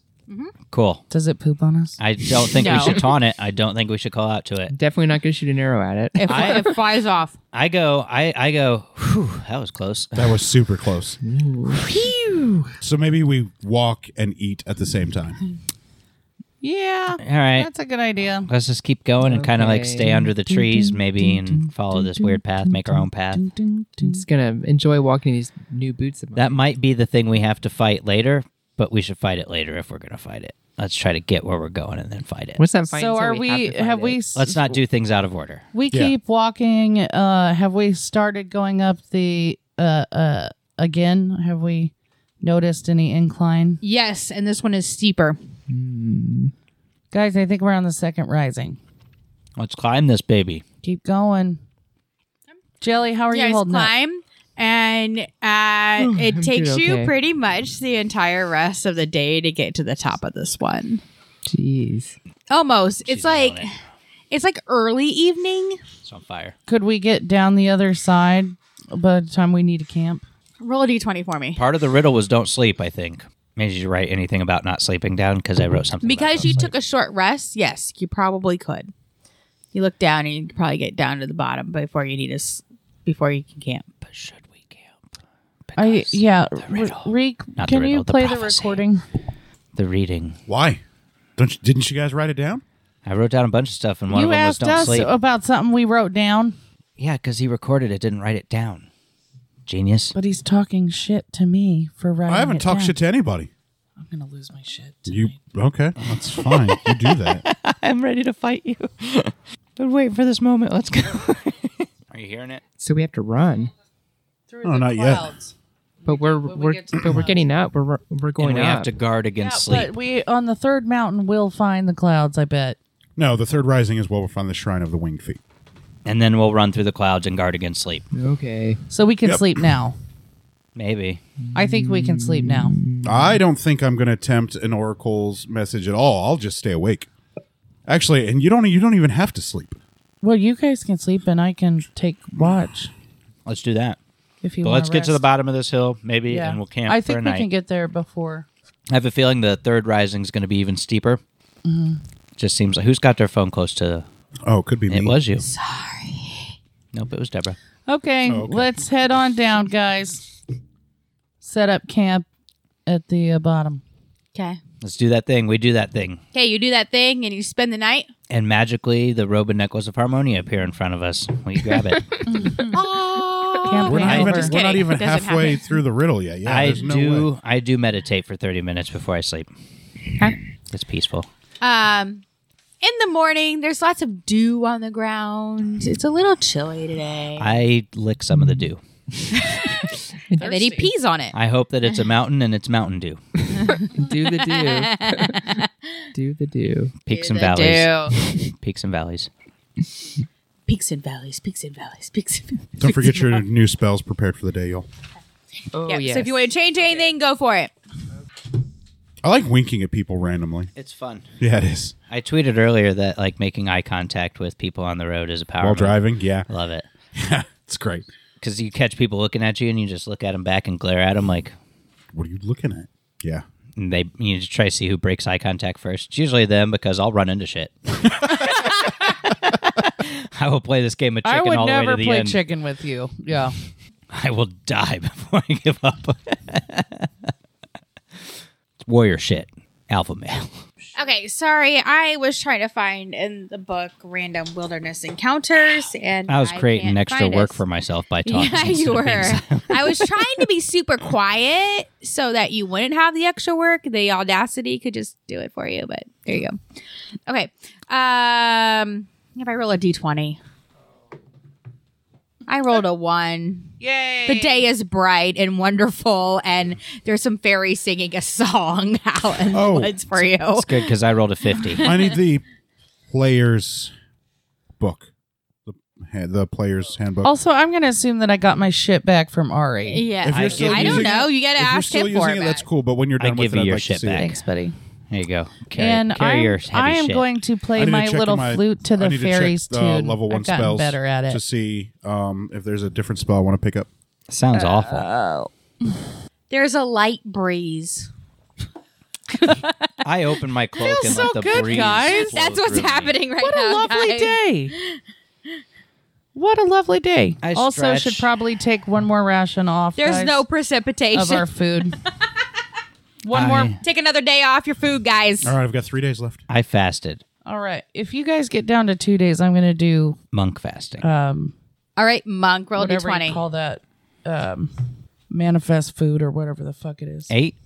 Speaker 4: Cool.
Speaker 5: Does it poop on us?
Speaker 4: I don't think we
Speaker 6: No.
Speaker 4: should taunt it. I don't think we should call out to it.
Speaker 8: Definitely not going to shoot an arrow at it.
Speaker 6: It, fl- it flies off.
Speaker 4: I go. I I go. Whew, that was close.
Speaker 3: That was super close. so maybe we walk and eat at the same time.
Speaker 5: Yeah.
Speaker 4: All right.
Speaker 5: That's a good idea.
Speaker 4: Let's just keep going and kind of like
Speaker 8: Okay.
Speaker 4: stay under the trees, maybe, and follow this weird path, make our own path.
Speaker 8: I'm just going to enjoy walking in these new boots of mine.
Speaker 4: That might be the thing we have to fight later, but we should fight it later if we're gonna fight it. Let's try to get where we're going and then fight it.
Speaker 8: What's that? fight
Speaker 5: so
Speaker 8: until
Speaker 5: are
Speaker 8: we?
Speaker 5: we,
Speaker 8: have,
Speaker 5: have,
Speaker 8: to fight it?
Speaker 5: we
Speaker 4: Let's not do things out of order.
Speaker 5: we
Speaker 3: Yeah.
Speaker 5: keep walking uh have we started going up the uh uh again have we noticed any incline
Speaker 6: Yes, and this one is steeper.
Speaker 5: guys i think we're on the second rising
Speaker 4: Let's climb this baby.
Speaker 5: keep going jelly how are
Speaker 6: You
Speaker 5: you
Speaker 6: guys
Speaker 5: holding up?
Speaker 6: climb, and uh, it takes
Speaker 8: doing
Speaker 6: you
Speaker 8: okay.
Speaker 6: pretty much the entire rest of the day to get to the top of this one.
Speaker 8: Jeez.
Speaker 6: Almost. it's
Speaker 4: nailing
Speaker 6: like
Speaker 4: it.
Speaker 6: it's like early evening.
Speaker 4: It's on fire.
Speaker 5: could we get down the other side by the time we need to camp
Speaker 6: Roll a d20 for me.
Speaker 4: Part of the riddle was don't sleep. I think. Maybe you write anything about not sleeping down because I wrote something. about
Speaker 6: Because
Speaker 4: don't
Speaker 6: you
Speaker 4: sleep.
Speaker 6: took a short rest, yes, you probably could. You look down and you could probably get down to the bottom before you need us before you can camp.
Speaker 4: But should we camp?
Speaker 5: i
Speaker 4: Because
Speaker 5: yeah re-
Speaker 4: riddle.
Speaker 5: re-
Speaker 4: Not the
Speaker 5: can
Speaker 4: riddle,
Speaker 5: you
Speaker 4: the
Speaker 5: play the,
Speaker 4: prophecy.
Speaker 5: recording
Speaker 4: the reading.
Speaker 3: Why? Don't you, didn't you guys write it down?
Speaker 4: I wrote down a bunch of stuff, and one of
Speaker 5: you
Speaker 4: them was
Speaker 5: asked
Speaker 4: don't
Speaker 5: us uh,
Speaker 4: sleep.
Speaker 5: about something we wrote down
Speaker 4: Yeah, because he recorded it, didn't write it down. Genius.
Speaker 5: but he's talking shit to me for writing
Speaker 3: I haven't
Speaker 5: it
Speaker 3: talked
Speaker 5: down.
Speaker 3: shit to anybody.
Speaker 5: i'm gonna lose my shit
Speaker 3: You okay? That's fine. you do that.
Speaker 4: I'm ready to fight you. Been waiting for this moment. Let's go. Are you hearing it?
Speaker 8: So we have to run,
Speaker 3: Oh, not yet.
Speaker 8: but we're we're but we're getting up. We're we're
Speaker 4: And
Speaker 8: going
Speaker 4: we
Speaker 8: up.
Speaker 4: have to guard against
Speaker 5: But
Speaker 4: sleep.
Speaker 5: we on the third mountain will find the clouds, I bet.
Speaker 3: No, the third rising is where we'll find the shrine of the winged feet.
Speaker 4: And then we'll run through the clouds and guard against sleep.
Speaker 8: okay.
Speaker 5: So we can
Speaker 3: Yep.
Speaker 5: sleep now.
Speaker 4: Maybe.
Speaker 5: I think we can sleep now.
Speaker 3: I don't think I'm going to attempt an oracle's message at all. I'll just stay awake. Actually, and you don't you don't even have to sleep.
Speaker 5: Well, you guys can sleep and I can take watch
Speaker 4: Let's do that.
Speaker 5: if you
Speaker 4: But
Speaker 5: want.
Speaker 4: let's get to the bottom of this hill, maybe,
Speaker 5: Yeah.
Speaker 4: and we'll camp
Speaker 5: I
Speaker 4: for
Speaker 5: think
Speaker 4: a
Speaker 5: we
Speaker 4: night.
Speaker 5: can get there before.
Speaker 4: I have a feeling the third rising is going to be even steeper. Just seems like who's got their phone close to?
Speaker 3: Oh, it could be
Speaker 4: It
Speaker 3: me.
Speaker 4: was you. Sorry. Nope, it was Deborah.
Speaker 5: Okay,
Speaker 3: Oh, okay.
Speaker 5: let's head on down, guys. Set up camp at the uh, bottom.
Speaker 6: Okay.
Speaker 4: Let's do that thing. We do that thing.
Speaker 6: Okay, you do that thing and you spend the night.
Speaker 4: And magically, the robe and necklace of Harmonia appear in front of us. We grab it.
Speaker 5: Camp
Speaker 3: We're not
Speaker 5: hangover.
Speaker 3: even,
Speaker 6: Just
Speaker 3: we're not
Speaker 6: kidding.
Speaker 3: even
Speaker 6: It doesn't
Speaker 3: halfway
Speaker 6: happen.
Speaker 3: through the riddle yet. Yeah,
Speaker 4: I
Speaker 3: there's no
Speaker 4: do.
Speaker 3: way.
Speaker 4: I do meditate for thirty minutes before I sleep. It's peaceful.
Speaker 6: Um in the morning, there's lots of dew on the ground. It's a little chilly today.
Speaker 4: I lick some of the dew.
Speaker 6: And then he pees on it.
Speaker 4: I hope that it's a mountain and it's Mountain Dew.
Speaker 8: Do the do. do the do.
Speaker 4: Peaks and
Speaker 6: The
Speaker 4: valleys.
Speaker 6: dew.
Speaker 4: Peaks and valleys.
Speaker 6: Peaks and valleys, peaks and valleys, peaks and valleys.
Speaker 3: Don't forget your new spells prepared for the day, y'all.
Speaker 8: Oh
Speaker 6: Yeah,
Speaker 8: yes.
Speaker 6: So if you want to change anything, go for it.
Speaker 3: I like winking at people randomly.
Speaker 4: It's fun.
Speaker 3: Yeah, it is.
Speaker 4: I tweeted earlier that like making eye contact with people on the road is a power.
Speaker 3: While
Speaker 4: move.
Speaker 3: driving, yeah,
Speaker 4: Love it
Speaker 3: it's great.
Speaker 4: because you catch people looking at you and you just look at them back and glare at them like
Speaker 3: What are you looking at? Yeah,
Speaker 4: and they. You just try to see who breaks eye contact first. It's usually them because I'll run into shit. I will play this game of
Speaker 5: I
Speaker 4: chicken
Speaker 5: would
Speaker 4: all the way
Speaker 5: never
Speaker 4: to the
Speaker 5: play
Speaker 4: end.
Speaker 5: chicken with you. Yeah.
Speaker 4: I will die before I give up. it's warrior shit. Alpha male.
Speaker 6: Okay, sorry. I was trying to find in the book random wilderness encounters, and
Speaker 4: I was creating
Speaker 6: can't
Speaker 4: extra
Speaker 6: find
Speaker 4: work
Speaker 6: it.
Speaker 4: for myself by talking.
Speaker 6: Yeah,
Speaker 4: instead
Speaker 6: you
Speaker 4: of
Speaker 6: were.
Speaker 4: being silent.
Speaker 6: I was trying to be super quiet so that you wouldn't have the extra work. The audacity could just do it for you, but there you go. Okay. Um if I roll a D twenty. I rolled a one. Yay. The day is bright and wonderful and there's some fairy singing a song out in
Speaker 3: Oh.
Speaker 6: the woods for you.
Speaker 4: It's good because I rolled a 50.
Speaker 3: I need the player's book, the ha- the player's handbook.
Speaker 5: Also, I'm going to assume that I got my shit back from Ari.
Speaker 6: Yeah.
Speaker 3: If you're
Speaker 6: I,
Speaker 3: still
Speaker 6: I don't
Speaker 3: using
Speaker 6: know.
Speaker 3: it-
Speaker 6: You gotta
Speaker 3: if you're
Speaker 6: ask
Speaker 3: still
Speaker 6: him for
Speaker 3: using
Speaker 6: it.
Speaker 3: it, that's cool. But when you're done
Speaker 4: I
Speaker 3: with
Speaker 4: give
Speaker 3: it,
Speaker 4: you
Speaker 3: I'd
Speaker 4: your
Speaker 3: like
Speaker 4: shit
Speaker 3: to see
Speaker 4: back.
Speaker 3: it.
Speaker 7: Thanks, buddy.
Speaker 4: There you go. Carry,
Speaker 5: And
Speaker 4: carry
Speaker 5: I'm,
Speaker 4: your heavy
Speaker 5: I am
Speaker 4: shit.
Speaker 5: going to
Speaker 3: I
Speaker 5: play
Speaker 3: need to
Speaker 5: my
Speaker 3: check
Speaker 5: little
Speaker 3: my-
Speaker 5: flute to
Speaker 3: I
Speaker 5: the
Speaker 3: need
Speaker 5: fairies
Speaker 3: check,
Speaker 5: tune.
Speaker 3: Uh, level one
Speaker 5: I've gotten
Speaker 3: spells
Speaker 5: better at
Speaker 3: to
Speaker 5: it.
Speaker 3: see um, if there's a different spell I want to pick up.
Speaker 4: Sounds
Speaker 5: uh,
Speaker 4: awful.
Speaker 6: There's a light breeze.
Speaker 4: I open my cloak and
Speaker 5: so
Speaker 4: let the
Speaker 5: good,
Speaker 4: breeze.
Speaker 5: guys.
Speaker 4: flow
Speaker 6: That's what's
Speaker 4: through me.
Speaker 6: happening right
Speaker 5: What a
Speaker 6: now.
Speaker 5: lovely
Speaker 6: guys.
Speaker 5: day. What a lovely day.
Speaker 4: I
Speaker 5: also,
Speaker 4: stretch.
Speaker 5: should probably take one more ration off.
Speaker 6: There's
Speaker 5: guys,
Speaker 6: no precipitation.
Speaker 5: of our food. one more.
Speaker 4: I-
Speaker 6: Take another day off your food, guys.
Speaker 3: All right, I've got three days left.
Speaker 4: I fasted.
Speaker 5: All right. If you guys get down to two days, I'm going to do
Speaker 4: Monk fasting.
Speaker 5: um,
Speaker 6: All right, monk, roll
Speaker 5: whatever you
Speaker 6: d20.
Speaker 5: call that um, manifest food or whatever the fuck it is.
Speaker 4: Eight?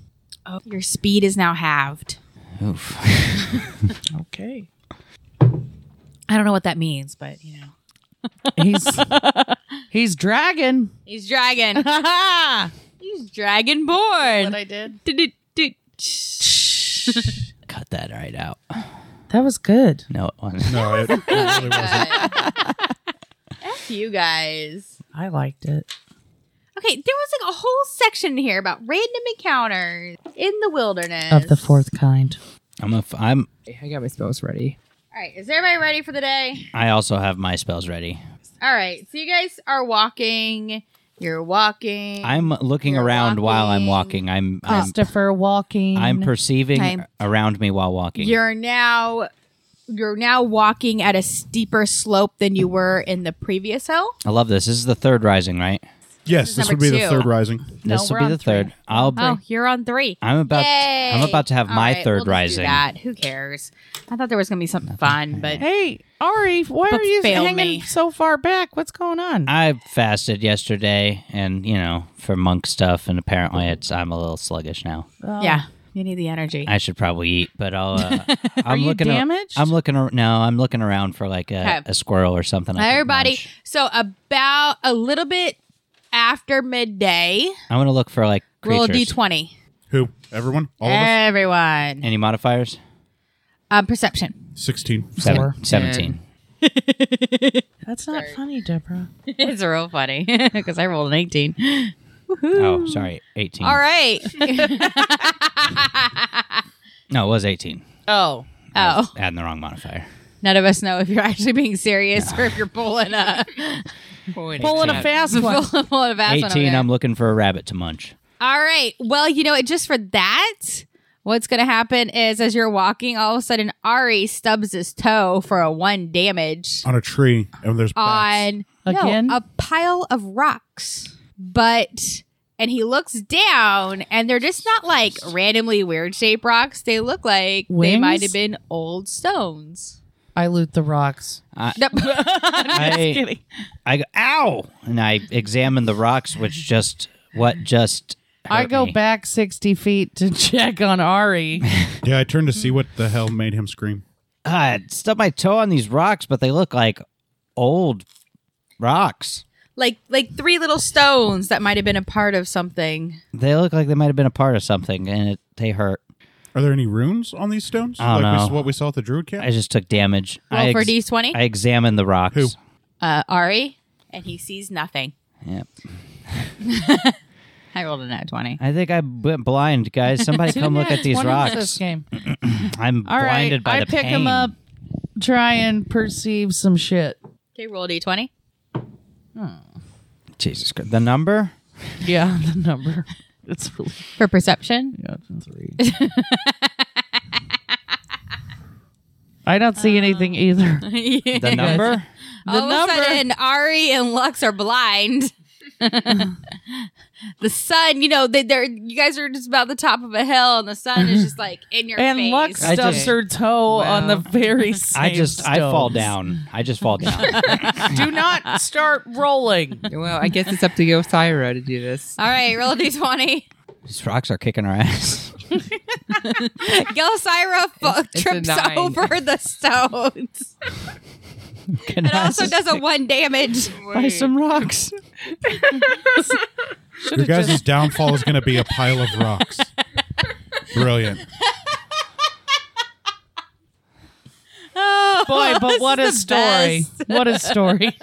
Speaker 6: Oh, Your speed is now halved.
Speaker 4: Oof.
Speaker 5: Okay.
Speaker 6: I don't know what that means, but you know.
Speaker 5: He's he's dragon.
Speaker 6: He's dragon. He's dragon born.
Speaker 5: I did.
Speaker 4: Cut that right out.
Speaker 5: That was good.
Speaker 4: No, it wasn't.
Speaker 3: No, it, it really wasn't.
Speaker 6: you guys.
Speaker 5: I liked it.
Speaker 6: Okay, there was like a whole section here about random encounters in the wilderness.
Speaker 5: Of the fourth kind.
Speaker 4: I'm a f- I'm
Speaker 8: I got my spells ready.
Speaker 6: All right, is everybody ready for the day?
Speaker 4: I also have my spells ready.
Speaker 6: All right, so you guys are walking. You're walking.
Speaker 4: I'm looking
Speaker 6: You're
Speaker 4: around while I'm
Speaker 6: walking.
Speaker 4: walking. I'm I'm,
Speaker 5: Christopher walking.
Speaker 4: I'm perceiving
Speaker 6: I'm-
Speaker 4: around me while walking.
Speaker 6: You're now you're now walking at a steeper slope than you were in the previous hill.
Speaker 4: I love this. This is the third rising, right?
Speaker 3: Yes, this
Speaker 6: Number
Speaker 3: would be the
Speaker 6: two.
Speaker 3: third rising.
Speaker 5: No,
Speaker 4: this will
Speaker 5: we're
Speaker 4: be
Speaker 5: on
Speaker 4: the
Speaker 5: three.
Speaker 4: third. I'll
Speaker 6: Oh, you're on three.
Speaker 4: I'm about I'm
Speaker 6: Yay!
Speaker 4: about to have
Speaker 6: All
Speaker 4: my
Speaker 6: right,
Speaker 4: 3rd
Speaker 6: we'll just do
Speaker 4: rising.
Speaker 6: that. Who cares? I thought there was gonna be something fun, but
Speaker 5: Hey, Ari, why
Speaker 6: Book
Speaker 5: are you
Speaker 6: failed
Speaker 5: hanging
Speaker 6: me.
Speaker 5: so far back? What's going on?
Speaker 4: I fasted yesterday and, you know, for monk stuff and apparently it's I'm a little sluggish now.
Speaker 6: yeah, you need the energy.
Speaker 4: I should probably eat, but I'll uh, I'm
Speaker 5: you
Speaker 4: looking ar-
Speaker 5: damaged?
Speaker 4: I'm looking ar- no, I'm looking around for like a,
Speaker 6: Okay.
Speaker 4: a squirrel or something. I could
Speaker 6: Everybody,
Speaker 4: munch.
Speaker 6: so about a little bit after midday,
Speaker 4: I want to look for like
Speaker 6: roll
Speaker 4: creatures.
Speaker 6: a d20.
Speaker 3: Who? Everyone? All of
Speaker 5: Eh.
Speaker 3: us?
Speaker 6: Everyone,
Speaker 4: Any modifiers?
Speaker 6: um, perception.
Speaker 3: 16.
Speaker 4: Seven-
Speaker 5: Four.
Speaker 4: 17.
Speaker 5: That's not funny, Deborah.
Speaker 6: it's real funny because I rolled an 18.
Speaker 4: Oh, sorry, 18.
Speaker 6: All right.
Speaker 4: No, it was 18.
Speaker 6: oh,
Speaker 4: I
Speaker 6: oh.
Speaker 4: was Adding the wrong modifier.
Speaker 6: None of us know if you're actually being serious or if you're pulling a
Speaker 5: Pulling a fast
Speaker 6: pulling, a
Speaker 5: one.
Speaker 6: fast one. over
Speaker 4: 18,
Speaker 6: there.
Speaker 4: I'm looking for a rabbit to munch.
Speaker 6: All right. Well, you know what? Just for that, what's going to happen is as you're walking, all of a sudden Ari stubs his toe for a one damage
Speaker 3: On a tree, and there's bats.
Speaker 6: on
Speaker 5: Again?
Speaker 6: No, a pile of rocks. But and he looks down, and they're just not like randomly weird shaped rocks. They look like they
Speaker 5: Wings?
Speaker 6: might have been old stones.
Speaker 5: I loot the rocks.
Speaker 4: I, I go, ow! And I examine the rocks, which just, what just. hurt
Speaker 5: I go
Speaker 4: me.
Speaker 5: back 60 feet to check on Ari.
Speaker 3: Yeah, I turned to see what the hell made him scream.
Speaker 4: Ah, I stubbed my toe on these rocks, but they look like old rocks.
Speaker 6: like like three little stones that might have been a part of something.
Speaker 4: They look like they might have been a part of something, and it, they hurt.
Speaker 3: Are there any runes on these stones?
Speaker 4: I don't
Speaker 3: like we-
Speaker 4: know.
Speaker 3: what we saw at the druid camp?
Speaker 4: I just took damage.
Speaker 6: Roll
Speaker 4: I
Speaker 6: for
Speaker 4: ex-
Speaker 6: D twenty.
Speaker 4: I examine the rocks.
Speaker 3: Who?
Speaker 6: uh, Ari, and he sees nothing.
Speaker 4: Yep.
Speaker 6: I rolled a nat 20.
Speaker 4: I think I went blind, guys. Somebody come look at these
Speaker 5: 20 minutes This
Speaker 4: rocks.
Speaker 5: game.
Speaker 4: I'm
Speaker 5: All right.
Speaker 4: blinded by
Speaker 5: I
Speaker 4: the
Speaker 5: pick
Speaker 4: pain.
Speaker 5: him up, try and perceive some shit.
Speaker 6: Okay, roll a d20.
Speaker 4: Jesus Christ. The number?
Speaker 5: Yeah, the number. It's really
Speaker 6: For perception?
Speaker 5: yeah, it's three.
Speaker 6: Uh,
Speaker 5: I don't see anything either.
Speaker 4: The number?
Speaker 6: All
Speaker 5: number-
Speaker 6: of a sudden, Ari and Lux are blind. the sun, you know, they, they're you guys are just about the top of a hill, and the sun is just like in your
Speaker 5: and
Speaker 6: face.
Speaker 5: Lux
Speaker 4: I
Speaker 5: stuffs
Speaker 4: just-
Speaker 5: her toe on the very same.
Speaker 4: I just I fall
Speaker 5: stones.
Speaker 4: down. I just fall down.
Speaker 5: Do not start rolling.
Speaker 8: Well, I guess it's up to Yosira to do this.
Speaker 6: All right, roll a d20.
Speaker 4: These rocks are kicking our ass.
Speaker 6: Gelsira fu-
Speaker 8: it's a
Speaker 6: trips
Speaker 8: nine.
Speaker 6: over the stones.
Speaker 4: Kicking
Speaker 6: It
Speaker 4: our
Speaker 6: also
Speaker 4: asses.
Speaker 6: does a one damage.
Speaker 4: buy some rocks.
Speaker 3: Your guys' downfall is going to be a pile of rocks. Brilliant.
Speaker 5: Boy, but what a
Speaker 6: This is the
Speaker 5: story. What a story.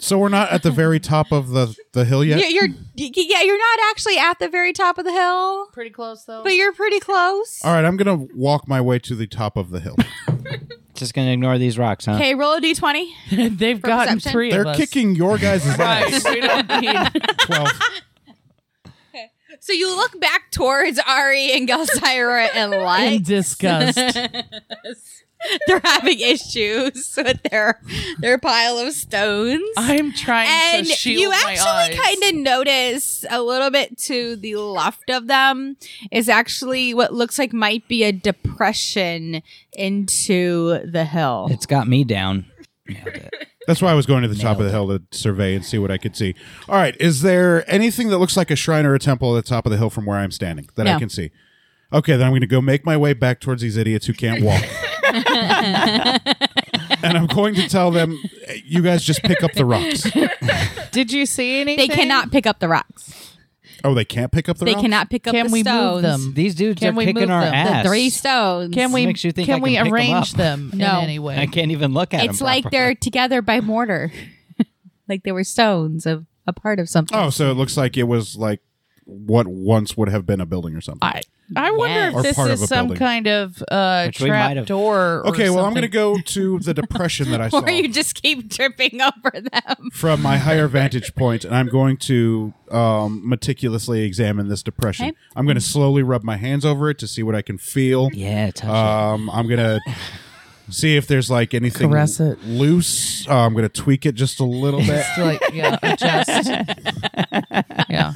Speaker 3: So we're not at the very top of the, the hill yet.
Speaker 6: You- You're, yeah, you're not actually at the very top of the hill,
Speaker 5: Pretty close though.
Speaker 6: but you're pretty close.
Speaker 3: All right, I'm going to walk my way to the top of the hill.
Speaker 4: Just gonna ignore these rocks, huh?
Speaker 6: Okay, roll a d20.
Speaker 5: They've gotten
Speaker 6: perception?
Speaker 5: three of
Speaker 3: They're
Speaker 5: us.
Speaker 3: kicking your guys' ass.
Speaker 5: We don't need-
Speaker 3: 12.
Speaker 6: So you look back towards Ari and Gelsira and
Speaker 5: in
Speaker 6: Lux.
Speaker 5: disgust.
Speaker 6: They're having issues with their their pile of stones.
Speaker 5: I'm trying
Speaker 6: and
Speaker 5: to shield
Speaker 6: you
Speaker 5: my
Speaker 6: actually
Speaker 5: eyes.
Speaker 6: kind of notice a little bit to the left of them is actually what looks like might be a depression into the hill.
Speaker 4: It's got me down. Nailed it.
Speaker 3: That's why I was going to the top of the hill to survey and see what I could see. All right, is there anything that looks like a shrine or a temple at the top of the hill from where I'm standing that I
Speaker 6: No.
Speaker 3: can see? Okay, then I'm going to go make my way back towards these idiots who can't walk. and I'm going to tell them, you guys just pick up the rocks.
Speaker 5: Did you see
Speaker 6: they
Speaker 5: anything?
Speaker 6: cannot pick up the rocks.
Speaker 3: Oh, they can't pick up the
Speaker 6: They
Speaker 3: rocks?
Speaker 6: cannot pick up
Speaker 5: Can
Speaker 6: the
Speaker 5: we move
Speaker 6: stones.
Speaker 5: them?
Speaker 4: These dudes
Speaker 5: Can
Speaker 4: are
Speaker 5: we
Speaker 4: kicking
Speaker 5: move
Speaker 4: our
Speaker 5: them? The
Speaker 4: ass.
Speaker 6: The three stones.
Speaker 5: Can we?
Speaker 4: Makes you think
Speaker 5: can
Speaker 4: I
Speaker 5: we
Speaker 4: can pick 'em
Speaker 5: arrange
Speaker 4: up.
Speaker 5: them,
Speaker 6: No.
Speaker 5: in any way?
Speaker 4: I can't even look at
Speaker 6: it's
Speaker 4: them.
Speaker 6: like
Speaker 4: properly.
Speaker 6: they're together by mortar, like they were stones of a part of something.
Speaker 3: Oh, so it looks like it was like what once would have been a building or something.
Speaker 5: I I wonder
Speaker 6: Yes.
Speaker 3: Or
Speaker 5: if this
Speaker 3: part of a
Speaker 5: is some
Speaker 3: building.
Speaker 5: kind of uh,
Speaker 4: Which we might
Speaker 5: trap
Speaker 4: have-
Speaker 5: door. or
Speaker 3: okay, well, I'm going to
Speaker 5: something.
Speaker 3: go to the depression that I saw
Speaker 6: Or you just keep tripping over them.
Speaker 3: from my higher vantage point, and I'm going to um, meticulously examine this depression.
Speaker 6: Okay.
Speaker 3: I'm going to slowly rub my hands over it to see what I can feel.
Speaker 4: yeah, touch it.
Speaker 3: Um, I'm going to see if there's like anything
Speaker 7: Caress it.
Speaker 3: loose. Uh, I'm going to tweak it just a little bit.
Speaker 7: Just like yeah, adjust. yeah.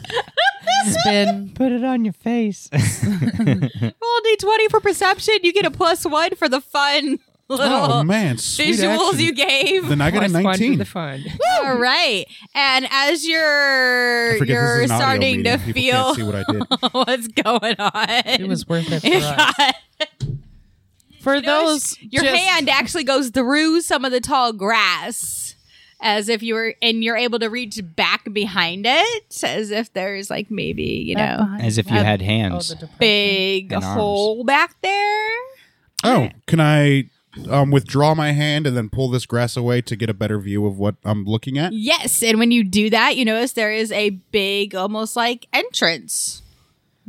Speaker 7: Spin.
Speaker 4: Put it on your face.
Speaker 6: Roll d twenty for perception. You get a plus one for the fun little
Speaker 3: oh man, sweet
Speaker 6: visuals
Speaker 3: action.
Speaker 6: you gave.
Speaker 3: Then I got a
Speaker 8: Correspond to
Speaker 3: 19.
Speaker 8: the fund.
Speaker 6: All right, and as you're
Speaker 3: I forget this is
Speaker 6: you're
Speaker 3: an audio
Speaker 6: starting to
Speaker 3: medium. People can't
Speaker 6: feel
Speaker 3: see what I did.
Speaker 6: what's going on,
Speaker 7: It was worth it for
Speaker 6: You
Speaker 7: us.
Speaker 6: got-
Speaker 5: for those
Speaker 6: your
Speaker 5: just-
Speaker 6: hand actually goes through some of the tall grass as if you were and you're able to reach back behind it as if there's like maybe you know
Speaker 4: As if you had hands.
Speaker 6: big
Speaker 4: And arms.
Speaker 6: hole back there
Speaker 3: Oh, can I um, withdraw my hand and then pull this grass away to get a better view of what I'm looking at?
Speaker 6: yes and when you do that you notice there is a big almost like entrance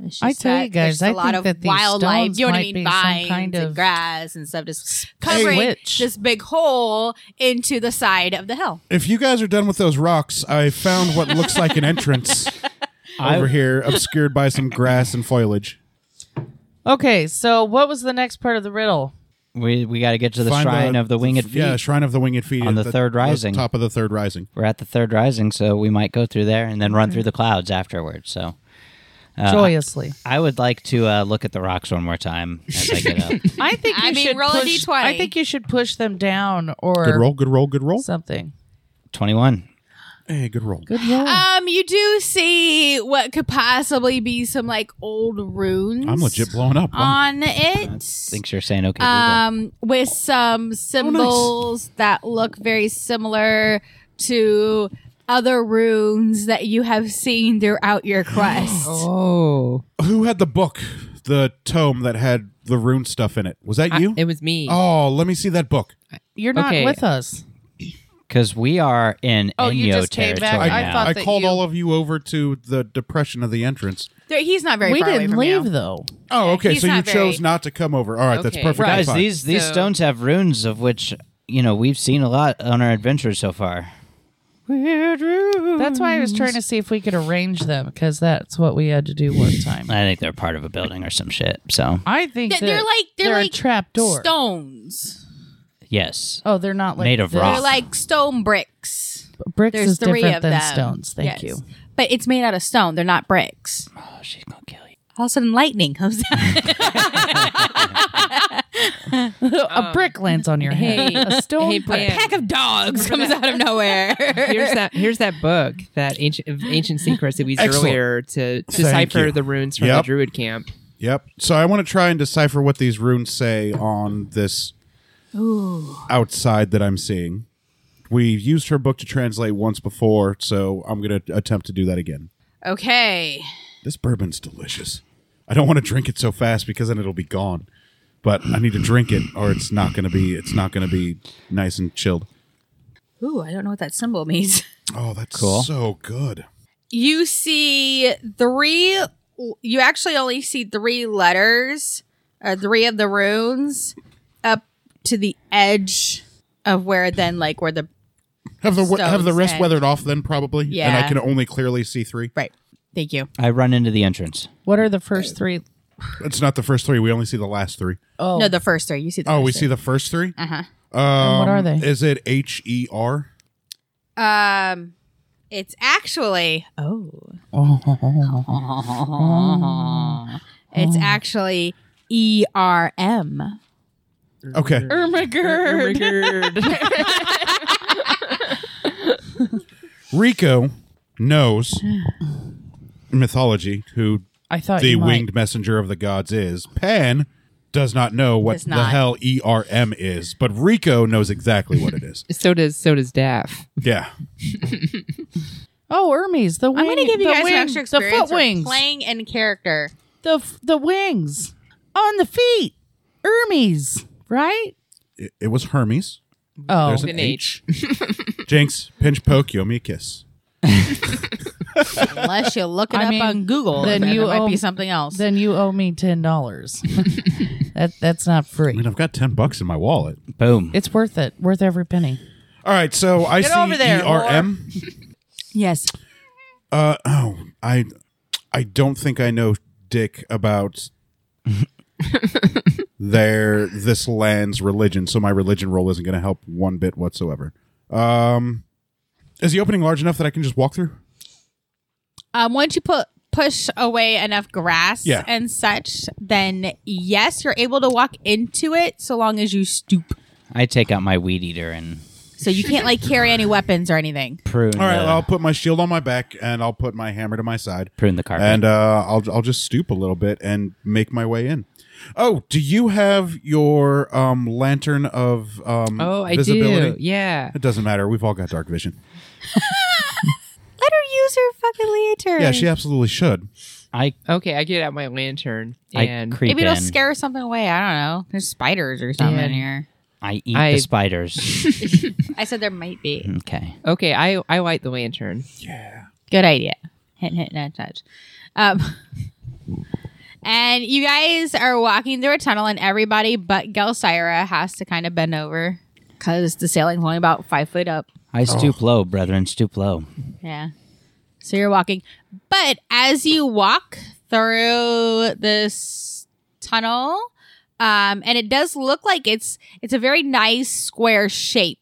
Speaker 6: It's
Speaker 7: I
Speaker 6: just
Speaker 7: tell you
Speaker 6: that there's
Speaker 7: guys, I
Speaker 6: a lot
Speaker 7: think
Speaker 6: of
Speaker 7: that these
Speaker 6: wildlife.
Speaker 7: stones
Speaker 6: You know what I
Speaker 7: might
Speaker 6: mean?
Speaker 7: be some
Speaker 6: Vines
Speaker 7: kind
Speaker 6: and
Speaker 7: of
Speaker 6: grass and stuff, just covering
Speaker 7: witch.
Speaker 6: this big hole into the side of the hill.
Speaker 3: If you guys are done with those rocks, I found what looks like an entrance over here, obscured by some grass and foliage.
Speaker 5: Okay, so what was the next part of the riddle?
Speaker 4: We we got to get to the
Speaker 3: Find
Speaker 4: shrine of the winged
Speaker 3: f-
Speaker 4: feet.
Speaker 3: Yeah, shrine of the winged feet
Speaker 4: On
Speaker 3: at
Speaker 4: the third rising.
Speaker 3: top of the third rising.
Speaker 4: We're at the third rising, so we might go through there and then run through the clouds afterwards. So Uh,
Speaker 7: Joyously.
Speaker 4: I would like to uh, look at the rocks one more time as I get up.
Speaker 5: I think
Speaker 6: I
Speaker 5: you
Speaker 6: mean,
Speaker 5: should
Speaker 6: roll a
Speaker 5: push,
Speaker 6: D20.
Speaker 5: I think you should push them down or
Speaker 3: Good roll, good roll, good roll.
Speaker 7: Something.
Speaker 4: Twenty-one.
Speaker 3: Hey, good roll.
Speaker 7: Good roll.
Speaker 3: Oh.
Speaker 6: Um, you do see what could possibly be some like old runes.
Speaker 3: I'm legit blowing up.
Speaker 4: Uh,
Speaker 3: Wow.
Speaker 6: on it.
Speaker 4: Thinks you're saying okay. Google.
Speaker 6: Um, with
Speaker 3: Oh,
Speaker 6: some symbols that look very similar to other runes that you have seen throughout your quest.
Speaker 8: Oh,
Speaker 3: Who had the book, the tome that had the rune stuff in it? Was that you?
Speaker 8: it was me.
Speaker 3: oh, let me see that book.
Speaker 7: You're not
Speaker 8: okay.
Speaker 7: with us.
Speaker 4: Because we are in
Speaker 5: Oh,
Speaker 4: Enyo
Speaker 5: you just came
Speaker 4: territory
Speaker 5: back. I
Speaker 4: now.
Speaker 5: thought-
Speaker 3: I
Speaker 5: that
Speaker 3: called
Speaker 5: you-
Speaker 3: all of you over to the depression of the entrance.
Speaker 6: There- He's not very
Speaker 7: We
Speaker 6: far away
Speaker 7: didn't
Speaker 6: from
Speaker 7: leave
Speaker 6: you.
Speaker 7: though.
Speaker 3: Oh, okay.
Speaker 6: he's
Speaker 3: So you
Speaker 6: not very-
Speaker 3: chose not to come over. All right, that's
Speaker 8: Okay.
Speaker 3: perfectly
Speaker 8: Right.
Speaker 4: Guys,
Speaker 3: fine.
Speaker 4: these these
Speaker 8: So-
Speaker 4: stones have runes of which you know we've seen a lot on our adventures so far. Weird runes.
Speaker 7: That's
Speaker 5: That's why I was trying to see if we could arrange them because that's what we had to do one time.
Speaker 4: I think they're part of a building or some shit. So
Speaker 5: I think
Speaker 6: They're- they're
Speaker 5: that
Speaker 6: like- they're
Speaker 5: they're a
Speaker 6: like
Speaker 5: trap door.
Speaker 6: Stones.
Speaker 4: Yes.
Speaker 7: Oh, they're not like
Speaker 4: Made of
Speaker 7: this.
Speaker 4: rock.
Speaker 6: They're like stone bricks.
Speaker 7: Bricks
Speaker 6: There's
Speaker 7: is
Speaker 6: three
Speaker 7: different
Speaker 6: of
Speaker 7: than
Speaker 6: them.
Speaker 7: stones. Thank
Speaker 6: Yes.
Speaker 7: you.
Speaker 6: But it's made out of stone. They're not bricks.
Speaker 4: Oh, she's gonna kill you.
Speaker 6: All of a sudden, lightning comes down. Um,
Speaker 7: a brick lands on your head. a stone.
Speaker 8: Hey,
Speaker 6: A
Speaker 8: Bria,
Speaker 6: pack of dogs comes out of nowhere.
Speaker 8: here's that. Here's that book that ancient of ancient secrets that we used
Speaker 3: Excellent.
Speaker 8: earlier to decipher
Speaker 3: you.
Speaker 8: the runes from
Speaker 3: Yep.
Speaker 8: the druid camp.
Speaker 3: Yep. So I want to try and decipher what these runes say on this outside that I'm seeing. We used her book to translate once before, so I'm going to attempt to do that again.
Speaker 6: okay.
Speaker 3: This bourbon's delicious. I don't want to drink it so fast because then it'll be gone. But I need to drink it or it's not going to be it's not going to be nice and chilled.
Speaker 6: Ooh, I don't know what that symbol means.
Speaker 3: Oh, that's
Speaker 4: Cool.
Speaker 3: so good.
Speaker 6: you see three you actually only see three letters or three of the runes up to the edge of where then like where the
Speaker 3: Have the
Speaker 6: So
Speaker 3: have the rest
Speaker 6: sad.
Speaker 3: weathered off then probably, and I
Speaker 6: Yeah.
Speaker 3: can only clearly see three.
Speaker 6: right thank you
Speaker 4: I run into the entrance.
Speaker 7: What are the first three?
Speaker 3: It's not the first three; we only see the last three.
Speaker 7: Oh,
Speaker 6: no the first three you see the
Speaker 3: Oh,
Speaker 6: first
Speaker 3: we
Speaker 6: three.
Speaker 3: see the first three. Uh huh.
Speaker 7: Uh-huh. what are they?
Speaker 3: Is it H E R?
Speaker 6: um it's actually oh it's actually E R M.
Speaker 3: Okay.
Speaker 8: Oh
Speaker 3: Rico knows mythology, who
Speaker 7: I thought
Speaker 3: the
Speaker 7: you might.
Speaker 3: winged messenger of the gods is. Pan does not know what
Speaker 6: Does
Speaker 3: the
Speaker 6: not.
Speaker 3: hell E R M is, but Rico knows exactly what it is.
Speaker 8: So does so does Daff.
Speaker 3: Yeah.
Speaker 7: Oh, Hermes, the wing.
Speaker 6: I'm going to give you
Speaker 7: the
Speaker 6: guys
Speaker 7: wing-
Speaker 6: an extra experience.
Speaker 7: The foot
Speaker 6: for
Speaker 7: wings.
Speaker 6: playing in character.
Speaker 7: The f- the wings on the feet. Hermes, right?
Speaker 3: It, it was Hermes.
Speaker 7: Oh,
Speaker 3: There's an H. Jinx, pinch poke, you owe me a kiss.
Speaker 6: Unless you look it
Speaker 7: I
Speaker 6: up
Speaker 7: mean,
Speaker 6: on Google,
Speaker 7: then
Speaker 6: then
Speaker 7: you
Speaker 6: you might
Speaker 7: owe-
Speaker 6: be something else.
Speaker 7: then you owe me ten dollars. that that's not
Speaker 3: I
Speaker 7: free.
Speaker 3: mean, I've got 10 bucks in my wallet.
Speaker 4: Boom.
Speaker 7: It's worth it. Worth every penny.
Speaker 3: All right, so I
Speaker 7: Get
Speaker 3: see
Speaker 7: over there,
Speaker 3: ERM.
Speaker 6: yes,
Speaker 3: Uh, oh, I, I don't think I know dick about their this land's religion, so my religion role isn't going to help one bit whatsoever. Um, is the opening large enough that I can just walk through?
Speaker 6: Um, once you put push away enough grass
Speaker 3: Yeah.
Speaker 6: and such, then yes, you're able to walk into it so long as you stoop.
Speaker 4: I take out my weed eater and
Speaker 6: So you can't like carry any weapons or anything.
Speaker 4: prune.
Speaker 3: All right,
Speaker 4: the,
Speaker 3: I'll put my shield on my back and I'll put my hammer to my side.
Speaker 4: prune the carpet.
Speaker 3: and uh, I'll I'll just stoop a little bit and make my way in. Oh, do you have your um, lantern of um,
Speaker 8: Oh, I
Speaker 3: visibility?
Speaker 8: do. Yeah.
Speaker 3: It doesn't matter. We've all got dark vision.
Speaker 6: Let her use her fucking leotard.
Speaker 3: Yeah, she absolutely should.
Speaker 4: I
Speaker 8: Okay, I get out my lantern
Speaker 4: I
Speaker 8: and
Speaker 4: creep
Speaker 6: Maybe it'll
Speaker 4: in.
Speaker 6: scare something away. I don't know. There's spiders or something
Speaker 8: Yeah.
Speaker 6: in here.
Speaker 4: I eat
Speaker 8: I-
Speaker 4: the spiders.
Speaker 6: I said there might be.
Speaker 4: okay.
Speaker 8: okay, I I light the lantern.
Speaker 6: Good idea. Hint, hint, nudge, nudge. Um, and you guys are walking through a tunnel, and everybody but Gelsira has to kind of bend over because the sailing's only about five foot up.
Speaker 3: Oh.
Speaker 4: I stoop low, brethren. Stoop low.
Speaker 6: Yeah. So you're walking. But as you walk through this tunnel, um, and it does look like it's it's a very nice square shape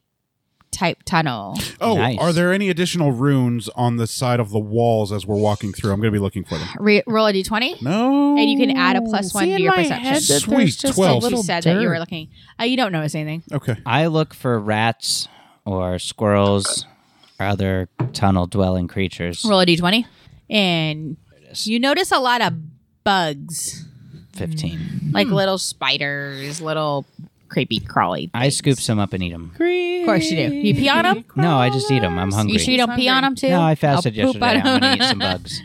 Speaker 6: type tunnel.
Speaker 3: Oh,
Speaker 4: Nice.
Speaker 3: are there any additional runes on the side of the walls as we're walking through? I'm going to be looking for them.
Speaker 6: Re- roll a d twenty.
Speaker 3: No.
Speaker 6: And you can add a plus one
Speaker 7: See,
Speaker 6: to
Speaker 7: in
Speaker 6: your
Speaker 7: my
Speaker 6: perception.
Speaker 7: head that
Speaker 3: Sweet,
Speaker 7: there's just a
Speaker 3: 12.
Speaker 6: You
Speaker 7: little
Speaker 6: said that you were
Speaker 7: dirt.
Speaker 6: looking. Uh, you don't notice anything.
Speaker 3: Okay.
Speaker 4: I look for rats or squirrels or other tunnel dwelling creatures.
Speaker 6: Roll a d20. And you notice a lot of bugs,
Speaker 4: 15.
Speaker 7: Hmm.
Speaker 6: like little spiders, little creepy crawly.
Speaker 4: I scoop some up and eat them.
Speaker 6: Of course you do. You pee on them?
Speaker 4: No, I just eat them. I'm hungry.
Speaker 6: You sure you don't pee on them too?
Speaker 4: No, I fasted
Speaker 6: I'll poop
Speaker 4: yesterday.
Speaker 6: on
Speaker 4: I'm going
Speaker 6: 'em.
Speaker 4: to eat some bugs.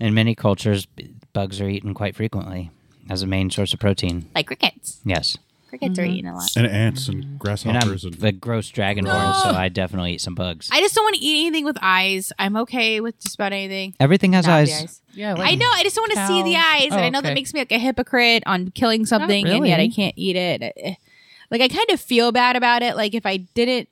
Speaker 4: In many cultures, b- bugs are eaten quite frequently as a main source of protein.
Speaker 6: like crickets.
Speaker 4: Yes.
Speaker 6: Crickets
Speaker 7: Mm-hmm.
Speaker 6: are eaten a lot.
Speaker 3: And ants and
Speaker 4: Mm. And I'm
Speaker 3: grasshoppers and,
Speaker 4: the gross dragonborn, so I definitely eat some bugs.
Speaker 6: I just don't want to eat anything with eyes. I'm okay with just about anything.
Speaker 4: Everything has
Speaker 6: Not the
Speaker 4: eyes.
Speaker 7: Yeah, like
Speaker 6: I know. I just don't want to see the
Speaker 7: cows.
Speaker 6: eyes, and
Speaker 7: Oh,
Speaker 6: I know
Speaker 7: okay.
Speaker 6: that makes me like a hypocrite on killing something, and yet I
Speaker 7: really.
Speaker 6: can't eat it. Eh. Like I kind of feel bad about it. Like if I didn't,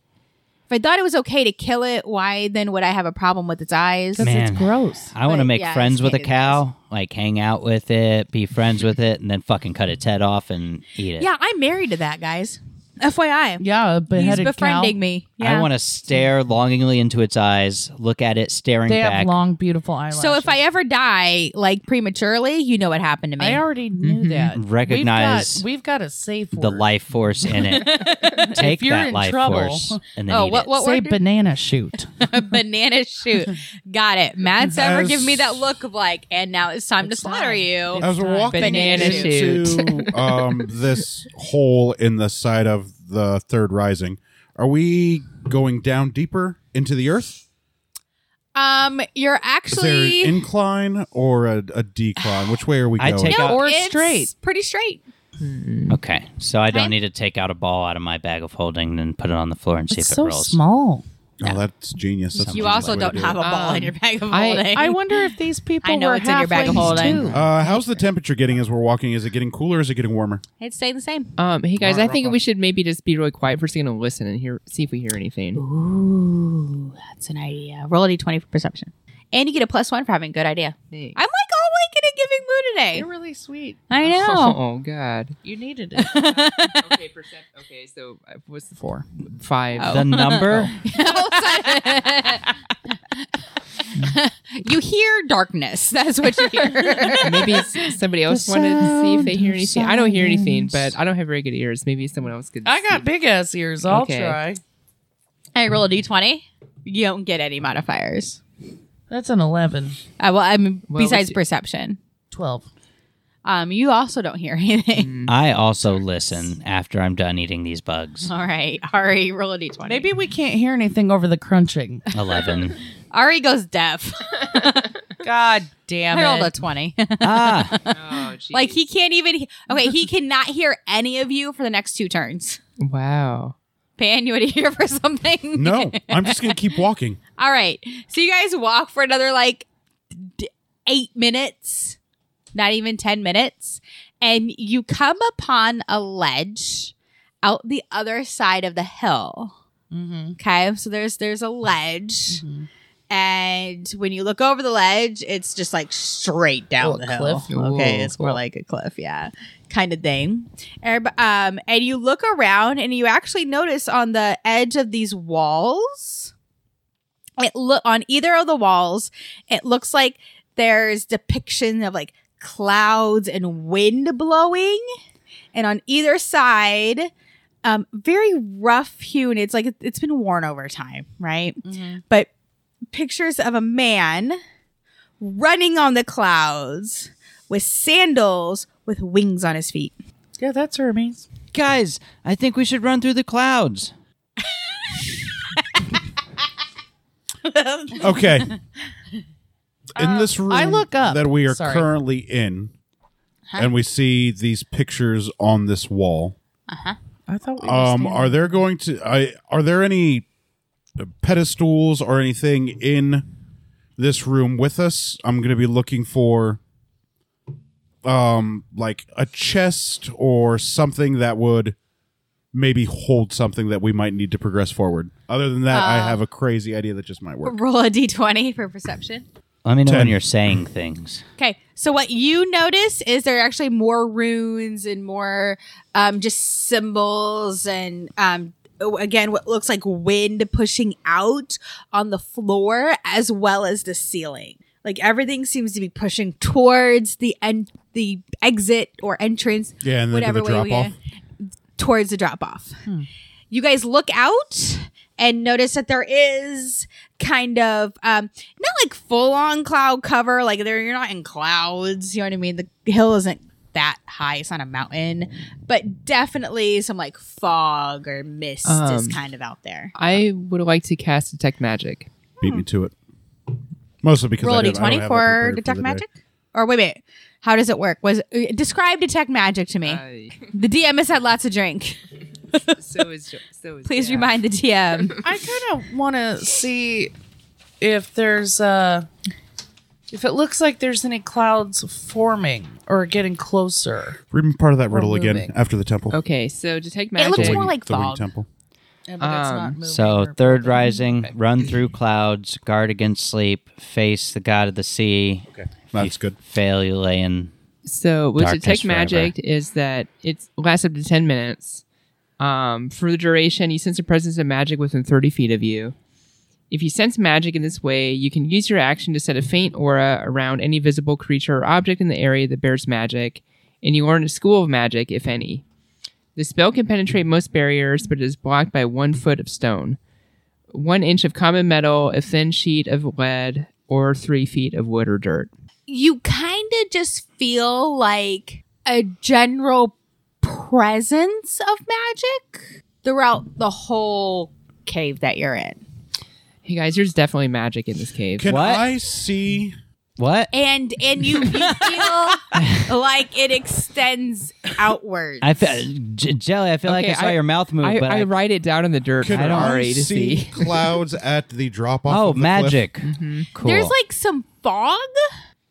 Speaker 6: if I thought it was okay to kill it, why then would I have a problem with its eyes?
Speaker 7: because it's
Speaker 4: Man.
Speaker 7: gross.
Speaker 4: I want to
Speaker 6: But,
Speaker 4: make
Speaker 6: yeah, I
Speaker 4: friends
Speaker 6: just
Speaker 4: with a
Speaker 6: can't do
Speaker 4: cow, like hang out with it, be friends with it, and then fucking cut its head off and eat it.
Speaker 6: Yeah, I'm married to that, guys. FYI,
Speaker 5: Yeah, a
Speaker 6: he's
Speaker 5: beheaded
Speaker 6: befriending
Speaker 5: cow.
Speaker 6: me. Yeah.
Speaker 4: I want to stare longingly into its eyes, look at it staring
Speaker 5: They
Speaker 4: back.
Speaker 5: have long, beautiful eyelashes.
Speaker 6: so if I ever die like prematurely, you know what happened to me.
Speaker 7: Mm-hmm.
Speaker 5: I already knew that.
Speaker 4: Mm-hmm. Recognize
Speaker 5: We've got, we've got a safe
Speaker 4: the
Speaker 5: word.
Speaker 4: life force in it. Take
Speaker 5: you're
Speaker 4: that
Speaker 5: in
Speaker 4: life
Speaker 5: trouble-
Speaker 4: force and then
Speaker 6: oh,
Speaker 4: eat
Speaker 6: what
Speaker 4: it.
Speaker 6: what
Speaker 5: Say
Speaker 6: word? did-
Speaker 5: banana shoot.
Speaker 6: banana shoot. Got it. Matt's ever
Speaker 3: As-
Speaker 6: giving me that look of like, and now it's time to slaughter you.
Speaker 3: As we're walking
Speaker 1: Banana
Speaker 3: into um, this hole in the side of the third rising, are we going down deeper into the earth?
Speaker 6: Um, you're
Speaker 3: Is there
Speaker 6: actually
Speaker 3: an incline or a, a decline? Which way are we
Speaker 4: I
Speaker 3: going?
Speaker 4: take out-
Speaker 6: no,
Speaker 5: Or
Speaker 6: it's
Speaker 5: straight.
Speaker 6: pretty straight.
Speaker 4: Okay, so I
Speaker 6: Right?
Speaker 4: don't need to take out a ball out of my bag of holding and put it on the floor and see
Speaker 5: It's
Speaker 4: if
Speaker 5: so
Speaker 4: it rolls.
Speaker 5: small.
Speaker 3: oh, that's genius. That's
Speaker 6: You
Speaker 3: a
Speaker 6: also
Speaker 3: genius way
Speaker 6: don't
Speaker 3: to do
Speaker 6: have
Speaker 3: it.
Speaker 6: a ball
Speaker 8: Um,
Speaker 6: in your bag of
Speaker 8: I-
Speaker 6: holding.
Speaker 5: I wonder if these people
Speaker 6: I know
Speaker 5: were
Speaker 6: it's in your bag of
Speaker 5: halflings,
Speaker 6: holding.
Speaker 5: too.
Speaker 3: Uh, how's the temperature getting as we're walking? Is it getting cooler? Or is it getting warmer?
Speaker 6: it's staying the same.
Speaker 8: Um, hey guys,
Speaker 3: Alright,
Speaker 8: I think
Speaker 3: rock
Speaker 8: we should maybe just be really quiet for a second and listen and hear, see if we hear anything.
Speaker 6: Ooh, that's an idea. Roll a d20 for perception. And you get a plus one for having a good idea.
Speaker 8: Thanks.
Speaker 6: I'm like all wicked and giving mood today.
Speaker 5: You're really sweet.
Speaker 6: I know.
Speaker 8: Oh, God.
Speaker 5: You needed it.
Speaker 8: okay, percent. Okay, so uh, what's the four, five?
Speaker 4: The number?
Speaker 6: you hear darkness. That's what you hear.
Speaker 8: Maybe s- somebody else wanted to see if they hear anything. I don't hear anything, but I don't have very good ears. Maybe someone else could.
Speaker 5: I got
Speaker 8: see.
Speaker 5: big ass ears. I'll
Speaker 8: Okay.
Speaker 5: try.
Speaker 6: I roll a d20. You don't get any modifiers.
Speaker 5: That's an 11.
Speaker 6: Uh, well, I mean,
Speaker 8: Well,
Speaker 6: besides
Speaker 8: we-
Speaker 6: perception,
Speaker 5: 12.
Speaker 6: um, you also don't hear anything.
Speaker 4: I also listen after I'm done eating these bugs.
Speaker 6: All right, Ari, roll a d20.
Speaker 5: Maybe we can't hear anything over the crunching.
Speaker 4: 11.
Speaker 6: Ari goes deaf.
Speaker 5: God damn
Speaker 6: I rolled a 20.
Speaker 4: ah,
Speaker 8: Oh, geez.
Speaker 6: like he can't even. He- okay, he cannot hear any of you for the next two turns.
Speaker 8: wow.
Speaker 6: Pan, you want to hear for something?
Speaker 3: No, I'm just gonna keep walking.
Speaker 6: All right. So you guys walk for another like d- eight minutes, not even 10 minutes, and you come upon a ledge out the other side of the hill.
Speaker 5: Mm-hmm.
Speaker 6: Okay. So there's there's a ledge. And when you look over the ledge, it's just like straight down the hill.
Speaker 8: Ooh,
Speaker 6: okay, it's more like a cliff, yeah, kind of thing. And, um, and you look around, and you actually notice on the edge of these walls, it look on either of the walls it looks like there's depiction of like clouds and wind blowing and on either side um very rough hewn it's like it's been worn over time right but pictures of a man running on the clouds with sandals with wings on his feet
Speaker 5: Yeah, that's Hermes.
Speaker 4: guys, I think we should run through the clouds.
Speaker 3: Okay. In this room
Speaker 5: Uh, I look up.
Speaker 3: that we are
Speaker 5: Sorry.
Speaker 3: currently in, and we see these pictures on this wall.
Speaker 5: I thought we
Speaker 3: Um, are there going to I are there any uh, pedestals or anything in this room with us? I'm going to be looking for um like a chest or something that would maybe hold something that we might need to progress forward. Other than that,
Speaker 5: Uh,
Speaker 3: I have a crazy idea that just might work.
Speaker 6: roll a d20 for perception
Speaker 4: Let me know
Speaker 3: Ten.
Speaker 4: when you're saying things.
Speaker 6: Okay, so what you notice is there are actually more runes and more um, just symbols and um, again what looks like wind pushing out on the floor as well as the ceiling. Like everything seems to be pushing towards the end, the exit or entrance.
Speaker 3: Yeah, and then to the
Speaker 6: we go
Speaker 3: drop-off.
Speaker 6: towards the drop off.
Speaker 3: Hmm.
Speaker 6: You guys look out and notice that there is kind of um, not like full on cloud cover, like there you're not in clouds. You know what I mean? The hill isn't that high; it's not a mountain, but definitely some like fog or mist is
Speaker 8: Um,
Speaker 6: kind of out there.
Speaker 8: I would like to cast detect magic.
Speaker 3: Beat me to it. Mostly because
Speaker 6: Roll
Speaker 3: I
Speaker 6: a
Speaker 3: didn't- I don't
Speaker 6: d20
Speaker 3: have that
Speaker 6: for
Speaker 3: prepared
Speaker 6: detect
Speaker 3: the day.
Speaker 6: magic, or wait a minute. How does it work? Was uh, describe detect magic to me.
Speaker 3: Uh,
Speaker 6: the DM has had lots of drink.
Speaker 8: so is so is
Speaker 6: Please remind the DM.
Speaker 5: I kind of want to see if there's uh if it looks like there's any clouds forming or getting closer.
Speaker 3: Read me part of that riddle again
Speaker 5: moving.
Speaker 3: after the temple.
Speaker 8: Okay, so detect
Speaker 6: It
Speaker 8: magic.
Speaker 6: looks
Speaker 3: The
Speaker 6: more
Speaker 3: wing-
Speaker 6: like
Speaker 3: the wing
Speaker 6: fog.
Speaker 3: temple.
Speaker 5: Yeah, but it's not
Speaker 8: Um,
Speaker 5: moving
Speaker 4: So,
Speaker 5: or
Speaker 4: third
Speaker 5: moving.
Speaker 4: rising, run through clouds, guard against sleep, face the god of the sea. Okay.
Speaker 3: That's good.
Speaker 4: Fail, you lay in
Speaker 8: So with
Speaker 4: Darkness
Speaker 8: detect
Speaker 4: forever.
Speaker 8: magic is that it lasts up to ten minutes. Um, for the duration, you sense the presence of magic within 30 feet of you. If you sense magic in this way, you can use your action to set a faint aura around any visible creature or object in the area that bears magic, and you learn a school of magic, if any. The spell can penetrate most barriers, but it is blocked by one foot of stone, one inch of common metal, a thin sheet of lead, or three feet of wood or dirt.
Speaker 6: you kind of just feel like a general presence of magic throughout the whole cave that you're in.
Speaker 8: Hey guys, there's definitely magic in this cave.
Speaker 3: Can
Speaker 4: What?
Speaker 3: I see?
Speaker 4: What?
Speaker 6: And and you, you feel like it extends outwards.
Speaker 4: I fe- J- Jelly, I feel like I
Speaker 8: Okay,
Speaker 4: saw
Speaker 8: I-
Speaker 4: your mouth move,
Speaker 8: I,
Speaker 4: but I,
Speaker 8: I, write it down in the dirt
Speaker 3: Can
Speaker 8: for
Speaker 3: I,
Speaker 8: Ari to
Speaker 3: see,
Speaker 8: see.
Speaker 3: clouds at the drop off?
Speaker 4: oh, magic. Cool.
Speaker 6: There's like some fog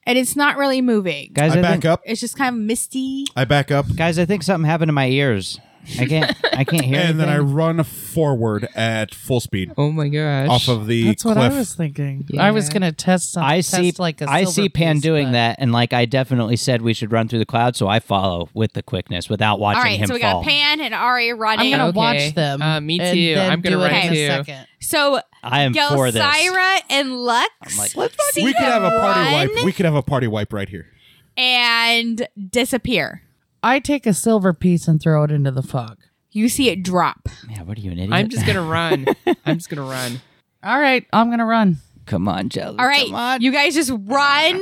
Speaker 6: and it's not really moving.
Speaker 4: guys,
Speaker 3: I
Speaker 4: I
Speaker 3: back
Speaker 4: think,
Speaker 3: up.
Speaker 6: It's just kind of misty.
Speaker 3: I back up,
Speaker 4: Guys, I think something happened to my ears. I can't. I can't hear.
Speaker 3: and then I
Speaker 4: anything.
Speaker 3: run forward at full speed
Speaker 8: Oh my gosh.
Speaker 3: off of the
Speaker 5: That's
Speaker 3: cliff.
Speaker 5: what I was thinking. I was
Speaker 8: Yeah.
Speaker 5: gonna test something.
Speaker 4: I see.
Speaker 5: test like a
Speaker 4: I
Speaker 5: silver
Speaker 4: see Pan
Speaker 5: piece,
Speaker 4: doing
Speaker 5: but-
Speaker 4: that, and like I definitely said, we should run through the cloud. So I follow with the quickness without watching
Speaker 6: All right,
Speaker 4: him
Speaker 6: so we
Speaker 4: fall.
Speaker 6: got Pan and Ari running.
Speaker 5: I'm gonna
Speaker 8: Okay.
Speaker 5: watch them.
Speaker 8: Uh, me
Speaker 5: and
Speaker 8: too.
Speaker 5: then
Speaker 8: I'm gonna
Speaker 5: do it
Speaker 8: run
Speaker 5: in a
Speaker 8: too.
Speaker 5: second.
Speaker 6: so
Speaker 4: I am for this.
Speaker 6: Gelsira and Lux.
Speaker 4: I'm like,
Speaker 6: see
Speaker 3: we could have a
Speaker 6: them
Speaker 3: party
Speaker 6: run
Speaker 3: wipe. We could have a party wipe right here.
Speaker 6: and disappear.
Speaker 5: I take a silver piece and throw it into the fog.
Speaker 6: You see it drop.
Speaker 4: Yeah, what are you an idiot?
Speaker 8: I'm just gonna run. I'm just gonna run.
Speaker 5: All right, I'm gonna run.
Speaker 4: Come on, Jelly.
Speaker 6: All right,
Speaker 4: Come on.
Speaker 6: you guys just run.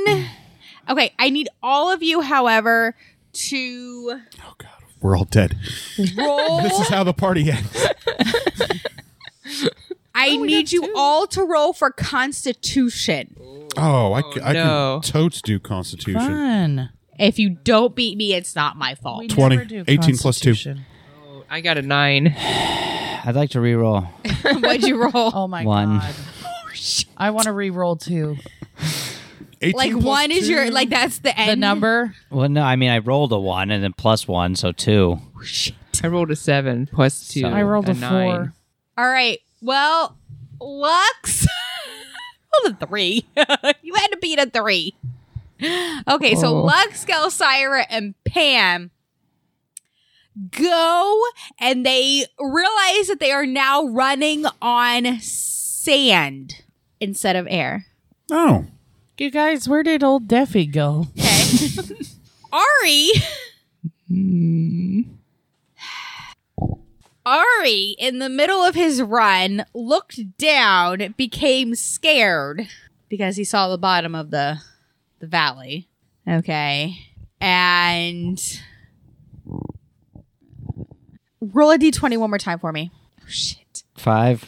Speaker 6: Okay, I need all of you, however, to
Speaker 3: Oh God, we're all dead.
Speaker 6: roll.
Speaker 3: This is how the party ends.
Speaker 6: I need you all to roll for Constitution.
Speaker 3: Oh, I, c- I
Speaker 8: no.
Speaker 3: can totes do Constitution.
Speaker 5: Run.
Speaker 6: If you don't beat me, it's not my fault.
Speaker 3: 20,
Speaker 5: Never do
Speaker 3: 18 plus two.
Speaker 5: Constitution.
Speaker 8: I got a nine.
Speaker 4: I'd like to reroll.
Speaker 6: What'd you roll?
Speaker 5: Oh my
Speaker 4: One.
Speaker 5: god. I want to re-roll too.
Speaker 3: 18
Speaker 6: like
Speaker 3: plus
Speaker 6: one is your like that's the end
Speaker 5: The number.
Speaker 4: Well, no, I mean I rolled a one and then plus one, so two.
Speaker 8: I rolled a seven plus two.
Speaker 5: I rolled a,
Speaker 8: nine.
Speaker 5: four.
Speaker 6: All right. Well, Lux. well, the three. you had to beat a three. Okay, so
Speaker 8: Oh.
Speaker 6: Lux, Gelsira, and Pam go and they realize that they are now running on sand instead of air.
Speaker 3: Oh,
Speaker 5: You guys, where did old Deffy go?
Speaker 6: Okay. Ari. Ari, in the middle of his run, looked down, became scared because he saw the bottom of the the valley. Okay. And roll a d20 one more time for me. Oh shit.
Speaker 4: Five.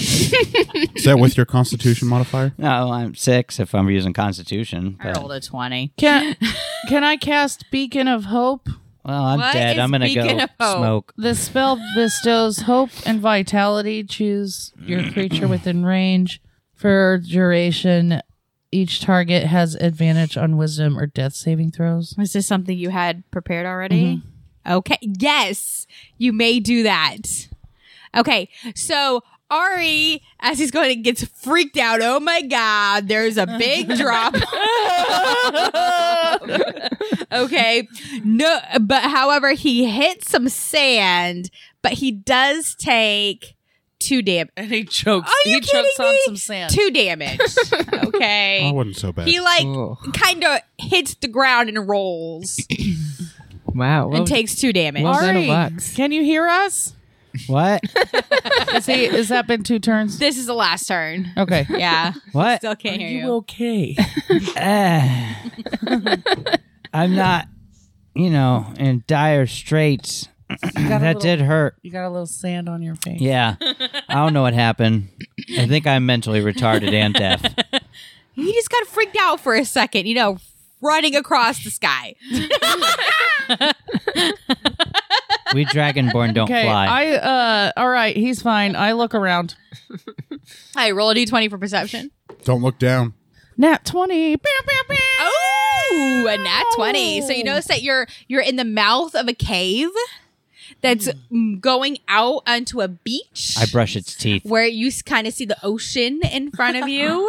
Speaker 3: is that with your Constitution modifier?
Speaker 4: No, I'm six if I'm using Constitution.
Speaker 6: I
Speaker 4: but-
Speaker 6: rolled a 20.
Speaker 5: Can can I cast Beacon of Hope?
Speaker 4: well, I'm
Speaker 6: What
Speaker 4: dead.
Speaker 6: is
Speaker 4: I'm gonna go
Speaker 6: Beacon of Hope?
Speaker 4: smoke.
Speaker 5: The spell bestows hope and vitality. Choose your creature within range for duration. Each target has advantage on wisdom or death saving throws.
Speaker 6: Was this something you had prepared already? Okay. Yes, you may do that. Okay. So Ari, as he's going, gets freaked out. Oh my God, there's a big drop. okay. No, but however, he hits some sand, but he does take two damage.
Speaker 5: And he chokes.
Speaker 6: Are you
Speaker 5: he chokes
Speaker 6: kidding
Speaker 5: on
Speaker 6: me?
Speaker 5: some sand.
Speaker 6: Two damage. Okay.
Speaker 3: Oh, I wasn't so bad.
Speaker 6: he like
Speaker 8: Oh.
Speaker 6: kind of hits the ground and rolls
Speaker 8: Wow. Well,
Speaker 6: and takes two damage.
Speaker 8: well done,
Speaker 5: Ari.
Speaker 8: Lux.
Speaker 5: Can you hear us?
Speaker 4: What?
Speaker 5: Is he, has that been two turns?
Speaker 6: This is the last turn.
Speaker 5: Okay.
Speaker 6: Yeah.
Speaker 4: What?
Speaker 6: Still can't hear you.
Speaker 5: okay?
Speaker 4: Eh. I'm not, you know, in dire straits. that
Speaker 5: little-
Speaker 4: did hurt.
Speaker 5: You got a little sand on your face.
Speaker 4: Yeah. I don't know what happened. I think I'm mentally retarded and deaf.
Speaker 6: He just got freaked out for a second, you know, running across the sky.
Speaker 4: We dragonborn don't
Speaker 5: Okay.
Speaker 4: fly.
Speaker 5: I uh. All right. He's fine. I look around.
Speaker 6: I roll a d20 for perception.
Speaker 3: Don't look down.
Speaker 5: Nat twenty.
Speaker 6: Oh, a nat 20. So you notice that you're you're in the mouth of a cave that's mm, going out onto a beach.
Speaker 4: I brush its teeth.
Speaker 6: where you kind of see the ocean in front of you,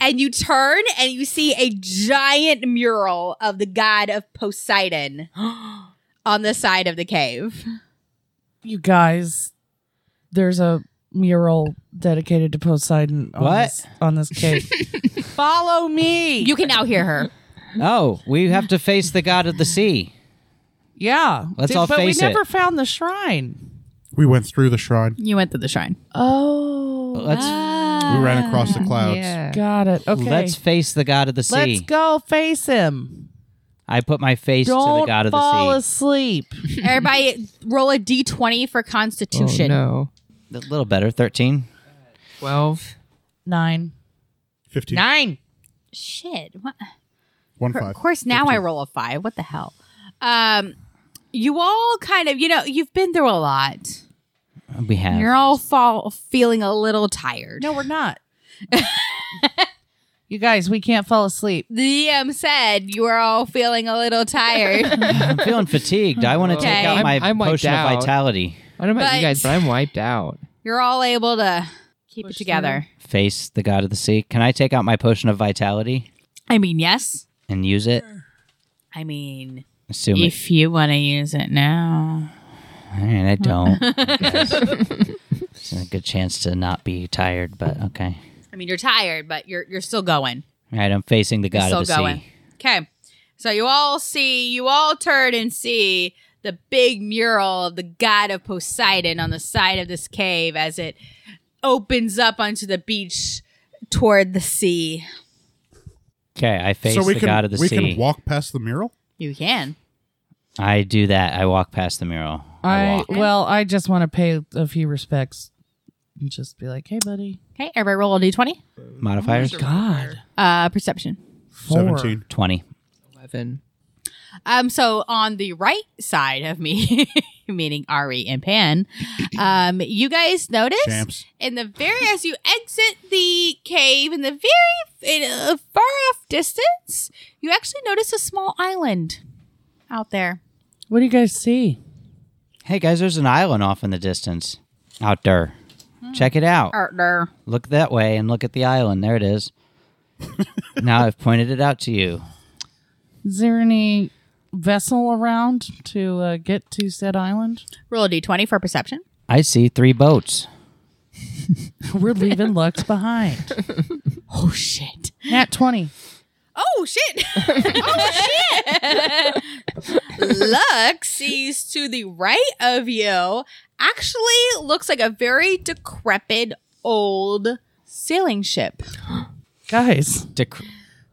Speaker 6: and you turn and you see a giant mural of the god of Poseidon on the side of the cave.
Speaker 5: you guys, there's a mural dedicated to Poseidon on
Speaker 4: What?
Speaker 5: this, on this cake. Follow me.
Speaker 6: You can now hear her.
Speaker 4: Oh, we have to face the god of the sea.
Speaker 5: yeah.
Speaker 4: Let's
Speaker 5: Dude,
Speaker 4: all
Speaker 5: but
Speaker 4: face it.
Speaker 5: we never found the shrine.
Speaker 3: We went through the shrine.
Speaker 6: You went to the shrine.
Speaker 5: Oh.
Speaker 4: Let's
Speaker 3: We
Speaker 6: Uh,
Speaker 3: ran across the clouds.
Speaker 8: Yeah.
Speaker 5: Got it. Okay.
Speaker 4: let's face the god of the sea.
Speaker 5: Let's go face him.
Speaker 4: I put my face to
Speaker 5: Don't
Speaker 4: the god of
Speaker 5: fall
Speaker 4: the sea.
Speaker 5: asleep.
Speaker 6: Everybody roll a d20 for
Speaker 8: Oh,
Speaker 6: constitution.
Speaker 8: no.
Speaker 4: A little better, thirteen.
Speaker 8: 12.
Speaker 5: Nine.
Speaker 3: 15.
Speaker 5: Nine.
Speaker 6: Shit. What?
Speaker 3: One
Speaker 6: Of
Speaker 3: five.
Speaker 6: course, now I roll a five. What the hell? Um, you all kind of, you know, you've been through a lot.
Speaker 4: We have.
Speaker 6: You're all fall, feeling a little tired.
Speaker 5: No, we're not. you guys, we can't fall asleep.
Speaker 6: The DM said you are all feeling a little tired.
Speaker 4: I'm feeling fatigued. I want to
Speaker 6: Okay.
Speaker 4: take out my
Speaker 8: I'm- I'm wiped
Speaker 4: potion
Speaker 8: out.
Speaker 4: of vitality.
Speaker 8: I don't know about
Speaker 6: But-
Speaker 8: you guys, but I'm wiped out.
Speaker 6: You're all able to keep it together.
Speaker 4: Face the god of the sea. Can I take out my potion of vitality
Speaker 6: I mean, yes.
Speaker 4: and use it?
Speaker 6: I mean,
Speaker 4: Assume it.
Speaker 6: if you want to use it now.
Speaker 4: All right, I don't. I guess. it's a good chance to not be tired, but okay.
Speaker 6: I mean, you're tired, but you're you're still going.
Speaker 4: All right, I'm facing the
Speaker 6: You're
Speaker 4: god
Speaker 6: still
Speaker 4: of the
Speaker 6: going.
Speaker 4: sea.
Speaker 6: Okay. So you all see, you all turn and see the big mural of the god of Poseidon on the side of this cave as it opens up onto the beach toward the sea.
Speaker 4: Okay, I face
Speaker 3: so we
Speaker 4: the
Speaker 3: can
Speaker 4: god of the
Speaker 3: we
Speaker 4: sea.
Speaker 3: can walk past the mural.
Speaker 6: You can.
Speaker 4: I do that. I walk past the mural. I,
Speaker 5: I
Speaker 4: walk.
Speaker 5: well, I just want to pay a few respects and just be like, "Hey, buddy."
Speaker 6: Okay, everybody roll a d20.
Speaker 4: Modifiers?
Speaker 5: God,
Speaker 6: Uh, perception.
Speaker 5: Four.
Speaker 3: Seventeen.
Speaker 4: 20.
Speaker 8: 11.
Speaker 6: Um, so on the right side of me, meaning Ari and Pan, um, you guys notice
Speaker 3: Champs.
Speaker 6: in the very as you exit the cave in the very in a far off distance, you actually notice a small island out there.
Speaker 5: What do you guys see?
Speaker 4: Hey, guys, there's an island off in the distance out there.
Speaker 6: Hmm.
Speaker 4: Check it out.
Speaker 6: Out there.
Speaker 4: Look that way and look at the island. There it is. now I've pointed it out to you.
Speaker 5: Is there any vessel around to uh, get to said island?
Speaker 6: Roll a d20 for perception.
Speaker 4: I see three boats.
Speaker 5: We're leaving Lux behind.
Speaker 6: Oh shit.
Speaker 5: Nat twenty.
Speaker 6: Oh shit. oh shit. Lux sees to the right of you actually looks like a very decrepit old sailing ship.
Speaker 5: Guys,
Speaker 4: Dec-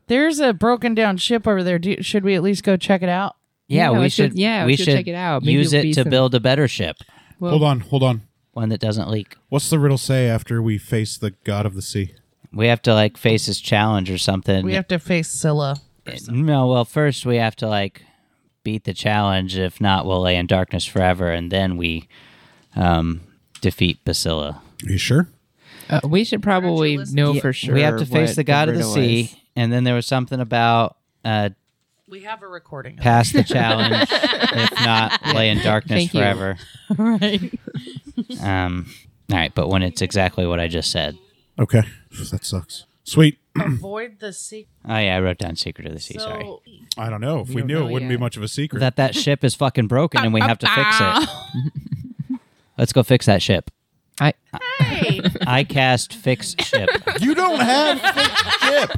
Speaker 5: there's a broken down ship over there. Do, should we at least go check it out?
Speaker 4: yeah,
Speaker 8: Yeah,
Speaker 4: we
Speaker 8: let's go-
Speaker 4: should.
Speaker 8: yeah,
Speaker 4: we
Speaker 8: let's go
Speaker 4: should
Speaker 8: check it out. Maybe
Speaker 4: Use
Speaker 8: it'll
Speaker 4: it
Speaker 8: be
Speaker 4: to
Speaker 8: some-
Speaker 4: build a better ship,
Speaker 8: Well,
Speaker 3: Hold on, hold on.
Speaker 4: one that doesn't leak.
Speaker 3: What's the riddle say after we face the god of the sea?
Speaker 4: We have to like face his challenge or something.
Speaker 5: We have to face Scylla.
Speaker 4: no, well, first we have to like beat the challenge. If not, we'll lay in darkness forever, and then we um, defeat Basila.
Speaker 3: Are you sure?
Speaker 8: Uh, we should probably know for sure.
Speaker 4: we have to face
Speaker 8: what
Speaker 4: the god of the
Speaker 8: riddle
Speaker 4: sea,
Speaker 8: is.
Speaker 4: and then there was something about uh,
Speaker 5: We have a recording.
Speaker 4: pass the challenge. if not, lay in darkness
Speaker 8: Thank you.
Speaker 4: forever. Right. um. All right, but when it's exactly what I just said.
Speaker 3: Okay. That sucks. Sweet.
Speaker 5: Avoid the sea.
Speaker 4: Oh yeah, I wrote down Secret of the Sea. sorry.
Speaker 5: So,
Speaker 3: I don't know. If we knew, it wouldn't be
Speaker 8: yet.
Speaker 3: much of a secret.
Speaker 4: that that ship is fucking broken and we have to fix it. Let's go fix that ship.
Speaker 8: I,
Speaker 6: Hey.
Speaker 4: I cast fix ship.
Speaker 3: you don't have fixed ship.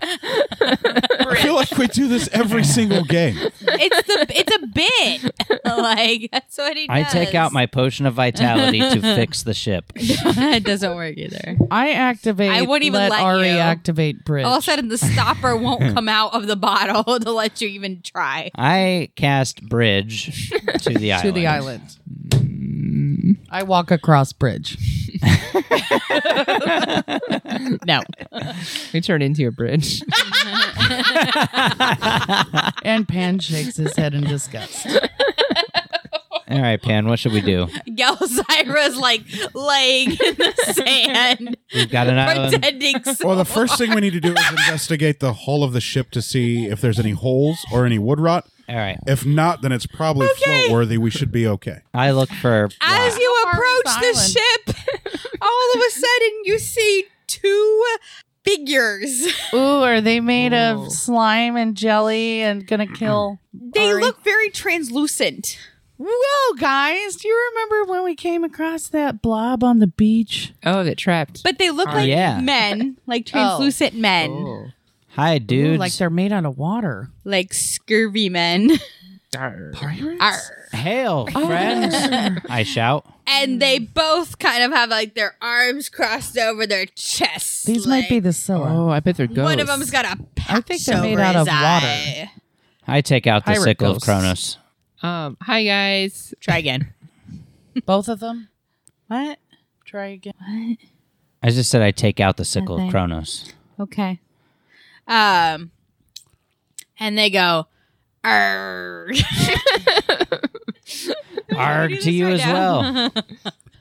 Speaker 3: I feel like we do this every single game.
Speaker 6: it's the it's a bit like that's what he does.
Speaker 4: I take out my potion of vitality to fix the ship.
Speaker 6: it doesn't work either.
Speaker 5: I activate.
Speaker 6: I wouldn't even
Speaker 5: let, Oh.
Speaker 6: let
Speaker 5: Ari
Speaker 6: you.
Speaker 5: activate bridge.
Speaker 6: All of a sudden, the stopper won't come out of the bottle to let you even try.
Speaker 4: I cast bridge to the island.
Speaker 5: to the island. I walk across bridge.
Speaker 6: No,
Speaker 8: we turn into a bridge.
Speaker 5: And Pan shakes his head in disgust.
Speaker 4: All right, Pan, what should we do?
Speaker 6: Galzyra's like laying in the sand,
Speaker 4: We've got an island.
Speaker 6: pretending. So-
Speaker 3: Well, the first thing we need to do is investigate the hull of the ship to see if there's any holes or any wood rot.
Speaker 4: All right.
Speaker 3: If not, then it's probably float worthy. We should be okay.
Speaker 4: I look for
Speaker 6: As you approach
Speaker 5: far
Speaker 6: the
Speaker 5: is the
Speaker 6: ship, all of a sudden you see two figures.
Speaker 5: Ooh, are they made
Speaker 8: Whoa.
Speaker 5: of slime and jelly and gonna kill?
Speaker 6: They
Speaker 5: Ari?
Speaker 6: look very translucent.
Speaker 5: Well, guys, do you remember when we came across that blob on the beach?
Speaker 8: Oh, that trapped.
Speaker 6: But they look
Speaker 8: Oh,
Speaker 6: like
Speaker 4: yeah.
Speaker 6: men, like translucent men,
Speaker 8: Oh.
Speaker 4: Hi, dudes.
Speaker 5: Like they're made out of water.
Speaker 6: like scurvy men.
Speaker 5: Pirates?
Speaker 6: Arr.
Speaker 4: Hail,
Speaker 5: Oh,
Speaker 4: friends! I shout.
Speaker 6: And they both kind of have like their arms crossed over their chests.
Speaker 5: These might be
Speaker 6: like,
Speaker 5: the Scylla.
Speaker 8: Oh, I bet they're ghosts.
Speaker 6: one of them's got a patch I
Speaker 5: think they're made out of water.
Speaker 4: I take out the
Speaker 5: Pirate
Speaker 4: sickle
Speaker 5: ghosts.
Speaker 4: of Kronos.
Speaker 8: Um, hi guys.
Speaker 6: Try again.
Speaker 5: Both of them?
Speaker 6: What?
Speaker 5: Try again.
Speaker 4: I just said I take out the sickle
Speaker 6: Okay.
Speaker 4: of Kronos.
Speaker 6: Okay. Um, and they go, Arr.
Speaker 4: Arg to you as well.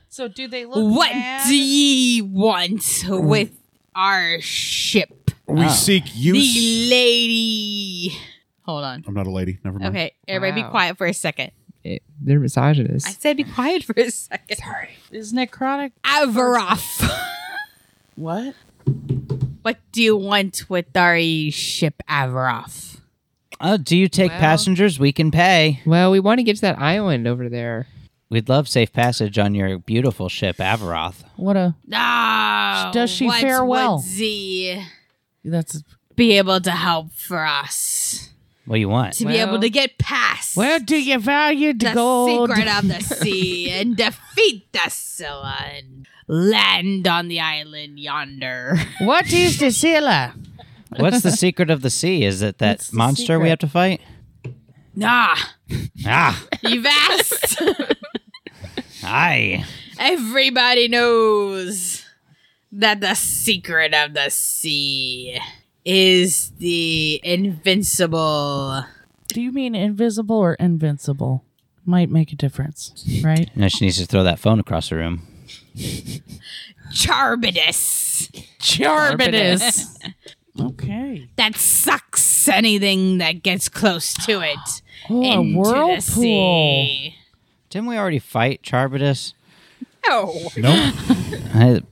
Speaker 5: So do they look
Speaker 6: what
Speaker 5: mad?
Speaker 6: do ye want with our ship?
Speaker 3: We seek you.
Speaker 6: The lady. Hold on.
Speaker 3: I'm not a lady. Never mind.
Speaker 6: Okay, everybody
Speaker 8: Wow.
Speaker 6: be quiet for a second.
Speaker 8: It- they're
Speaker 6: I
Speaker 8: misogynists.
Speaker 6: said be quiet for a second. Sorry.
Speaker 5: Is necrotic?
Speaker 6: Avaroff.
Speaker 5: What?
Speaker 6: what do you want with our ship, Avaroff?
Speaker 4: Oh, do you take passengers? We can pay.
Speaker 8: Well, we want to get to that island over there.
Speaker 4: We'd love safe passage on your beautiful ship, Avaroth.
Speaker 5: What a.
Speaker 6: No.
Speaker 5: Does she
Speaker 6: what
Speaker 5: fare well?
Speaker 6: Would Z
Speaker 5: That's.
Speaker 6: be able to help for us
Speaker 4: What do you want?
Speaker 6: to be able
Speaker 8: Well-
Speaker 6: to get past
Speaker 5: Where do you value the,
Speaker 6: the
Speaker 5: gold?
Speaker 6: secret of the sea and defeat the Scylla and land on the island yonder?
Speaker 5: What is the Scylla?
Speaker 4: What's the secret of the sea? Is it that
Speaker 5: What's the
Speaker 4: monster we
Speaker 5: secret?
Speaker 4: have to fight?
Speaker 6: Nah,
Speaker 4: Ah,
Speaker 6: you've asked.
Speaker 4: aye.
Speaker 6: Everybody knows that the secret of the sea is the invincible.
Speaker 5: Do you mean invisible or invincible? Might make a difference, right?
Speaker 4: Now she needs to throw that phone across the room.
Speaker 6: Charbitus
Speaker 5: Charbitus. okay.
Speaker 6: that sucks anything that gets close to it
Speaker 5: Oh, a
Speaker 6: into the
Speaker 5: whirlpool.
Speaker 6: sea.
Speaker 4: Didn't we already fight Charbitus?
Speaker 6: Oh,
Speaker 3: Nope.
Speaker 4: I'm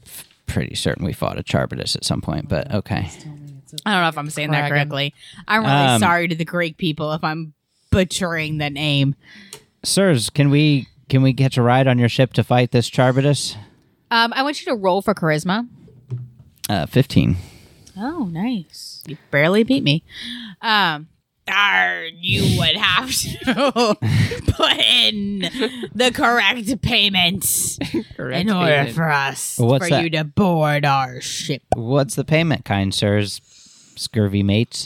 Speaker 4: pretty certain we fought a Charbitus at some point, but okay.
Speaker 6: I don't know if I'm saying that correctly. I'm really
Speaker 4: Um,
Speaker 6: sorry to the Greek people if I'm butchering the name.
Speaker 4: Sirs, can we can we catch a ride on your ship to fight this Charbitus?
Speaker 6: Um, I want you to roll for charisma.
Speaker 4: Uh, Fifteen.
Speaker 6: Oh, nice. You barely beat me. Um, darn, you would have to put in the correct payment
Speaker 8: Correct.
Speaker 6: in order
Speaker 8: Aiden.
Speaker 6: for us
Speaker 4: What's
Speaker 6: for
Speaker 4: that?
Speaker 6: you to board our ship.
Speaker 4: What's the payment, kind sirs? Scurvy mates.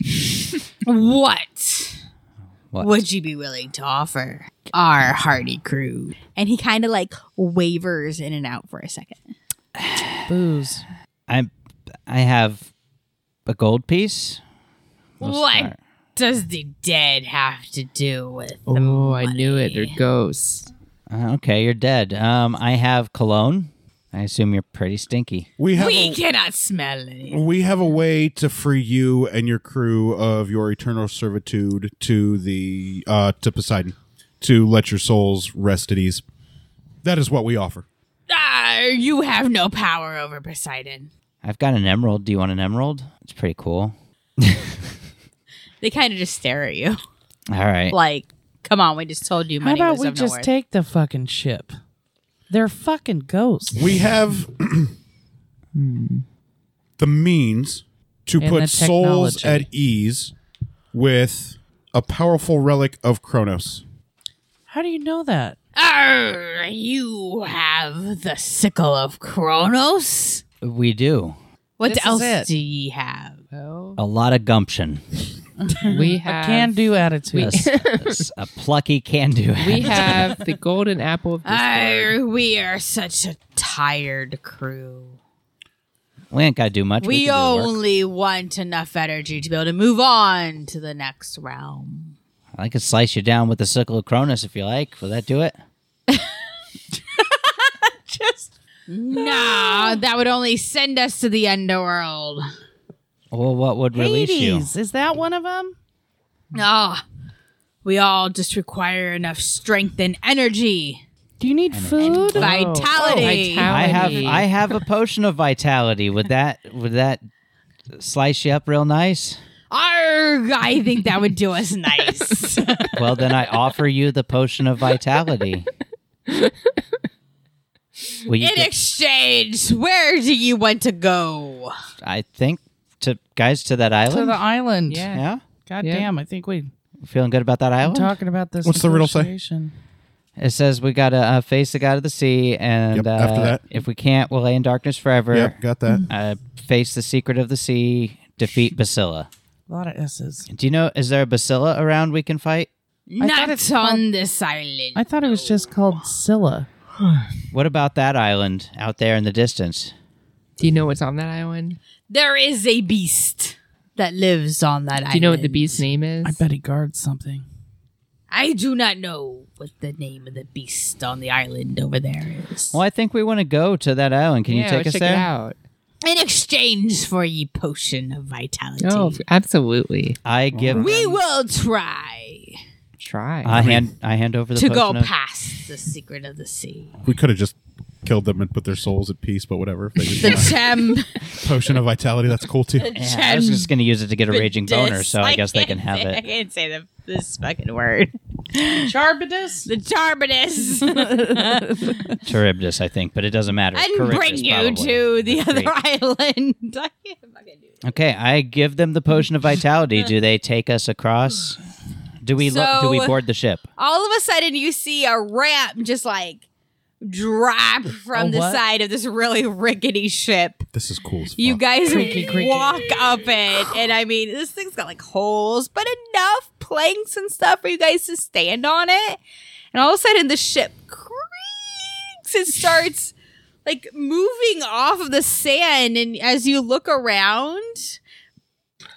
Speaker 6: What,
Speaker 4: What?
Speaker 6: would you be willing to offer our hardy crew? And he kind of like wavers in and out for a second.
Speaker 5: Booze.
Speaker 4: I I have a gold piece. We'll
Speaker 6: what
Speaker 4: start.
Speaker 6: does the dead have to do with the
Speaker 8: Oh, I knew it.
Speaker 6: money?
Speaker 8: They're ghosts.
Speaker 4: Uh, okay, you're dead. Um, I have cologne. I assume you're pretty stinky.
Speaker 3: We have
Speaker 6: We
Speaker 3: a,
Speaker 6: cannot smell it.
Speaker 3: we have a way to free you and your crew of your eternal servitude to the uh, to Poseidon to let your souls rest at ease. That is what we offer.
Speaker 6: Ah, you have no power over Poseidon.
Speaker 4: I've got an emerald. Do you want an emerald? It's pretty cool.
Speaker 6: They kind of just stare at you.
Speaker 4: All right.
Speaker 6: Like, come on, we just told you
Speaker 5: How
Speaker 6: money
Speaker 5: about
Speaker 6: was
Speaker 5: we
Speaker 6: of no
Speaker 5: just
Speaker 6: worth.
Speaker 5: take the fucking ship? They're fucking ghosts.
Speaker 3: We have the means to
Speaker 5: And the
Speaker 3: put souls
Speaker 5: technology.
Speaker 3: at ease with a powerful relic of Kronos.
Speaker 5: How do you know that?
Speaker 6: Arr, you have the sickle of Kronos.
Speaker 4: We do.
Speaker 6: What
Speaker 5: This is
Speaker 6: else
Speaker 5: it.
Speaker 6: do ye have?
Speaker 8: Well,
Speaker 4: A lot of gumption.
Speaker 8: we have
Speaker 5: Can do attitude.
Speaker 4: That's- that's a plucky can do.
Speaker 8: We have the golden apple of Discord.
Speaker 6: Arr, we are such a tired crew.
Speaker 4: we ain't got to do much. We,
Speaker 6: We
Speaker 4: can do the work.
Speaker 6: only want enough energy to be able to move on to the next realm.
Speaker 4: I could slice you down with the sickle of Cronus if you like. Will that do it?
Speaker 6: No, that would only send us to the underworld.
Speaker 4: Well, what would release you?
Speaker 5: Hades. Is that one of them?
Speaker 6: No. Ah, We all just require enough strength and energy.
Speaker 5: Do you need
Speaker 4: oh.
Speaker 5: food? Oh,
Speaker 6: Vitality.
Speaker 8: vitality.
Speaker 4: I have I have a potion of vitality. Would that would that slice you up real nice?
Speaker 6: Arg, I think that would do us nice.
Speaker 4: Well, then I offer you the potion of vitality. Will you
Speaker 6: In
Speaker 4: get-
Speaker 6: exchange, where do you want to go?
Speaker 4: I think to guys to that island.
Speaker 5: to the island.
Speaker 8: Yeah.
Speaker 4: yeah,
Speaker 5: God
Speaker 8: Yeah.
Speaker 5: damn, I think we
Speaker 4: feeling good about that
Speaker 5: I'm
Speaker 4: island.
Speaker 5: talking about this.
Speaker 3: What's the riddle say?
Speaker 5: negotiation.
Speaker 4: It says we gotta uh, face the god of the sea, and
Speaker 3: Yep,
Speaker 4: uh,
Speaker 3: after that.
Speaker 4: if we can't, we'll lay in darkness forever.
Speaker 3: Yep, got that.
Speaker 4: Uh, face the secret of the sea, defeat Basilla.
Speaker 5: A lot of S's.
Speaker 4: Do you know? Is there a Basilla around we can fight?
Speaker 5: thought
Speaker 6: Not on
Speaker 5: it's called-
Speaker 6: this island.
Speaker 5: I thought it was just called Scylla.
Speaker 4: What about that island out there in the distance?
Speaker 8: Do you know what's on that island?
Speaker 6: there is a beast that lives on that island.
Speaker 8: Do you know what the beast's name is?
Speaker 5: I bet he guards something.
Speaker 6: I do not know what the name of the beast on the island over there is.
Speaker 4: Well, I think we want to go to that island. Can
Speaker 8: yeah,
Speaker 4: you take
Speaker 8: let's
Speaker 4: us
Speaker 8: check
Speaker 4: there?
Speaker 8: It out.
Speaker 6: In exchange for ye potion of vitality,
Speaker 8: Oh, f- absolutely.
Speaker 4: I give.
Speaker 6: we will try
Speaker 8: Try.
Speaker 4: I hand. I hand over the
Speaker 6: to go
Speaker 4: potion of-
Speaker 6: past the secret of the sea.
Speaker 3: We could have just killed them and put their souls at peace, but whatever. If they just
Speaker 6: The
Speaker 3: want
Speaker 6: gem.
Speaker 3: a potion of vitality, that's cool too.
Speaker 4: Yeah, I was just going to use it to get a raging boner, so I guess they can
Speaker 6: can't
Speaker 4: have
Speaker 6: say- I
Speaker 4: it.
Speaker 6: can't say the, this fucking word.
Speaker 5: Charbidus?
Speaker 6: The Charbitus.
Speaker 4: Charybdis, I think, but it doesn't matter.
Speaker 6: and
Speaker 4: Charybdis,
Speaker 6: bring you
Speaker 4: probably.
Speaker 6: to the
Speaker 4: Would
Speaker 6: other
Speaker 4: be-
Speaker 6: island. I can't fucking do it.
Speaker 4: Okay, I give them the potion of vitality. Do they take us across? Do we lo- do we
Speaker 6: So-
Speaker 4: board the ship?
Speaker 6: All of a sudden, you see a ramp just like drop from the
Speaker 4: what?
Speaker 6: side of this really rickety ship.
Speaker 3: This is cool. As fuck.
Speaker 6: You guys
Speaker 5: creaky.
Speaker 6: walk up it, and I mean, this thing's got like holes, but enough planks and stuff for you guys to stand on it. And all of a sudden, the ship creaks and starts like moving off of the sand. And as you look around,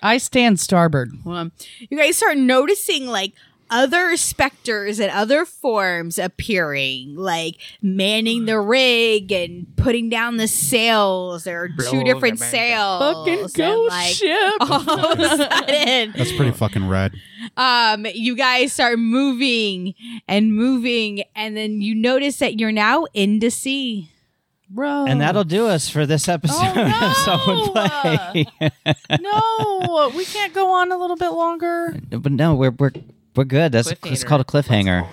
Speaker 5: I stand starboard.
Speaker 6: Um, you guys start noticing like other specters and other forms appearing, like manning the rig and putting down the sails. There are two different sails.
Speaker 8: Fucking
Speaker 6: and,
Speaker 8: ghost
Speaker 6: like,
Speaker 8: ship.
Speaker 6: all of a sudden,
Speaker 3: that's pretty fucking rad.
Speaker 6: um, you guys start moving and moving, and then you notice that you're now into sea.
Speaker 5: Bro.
Speaker 4: And that'll do us for this episode
Speaker 5: Oh,
Speaker 4: of Someone Play.
Speaker 5: No, we can't go on a little bit longer.
Speaker 4: but no, we're we're we're good. That's it's
Speaker 8: Cliffhanger.
Speaker 4: called a cliffhanger.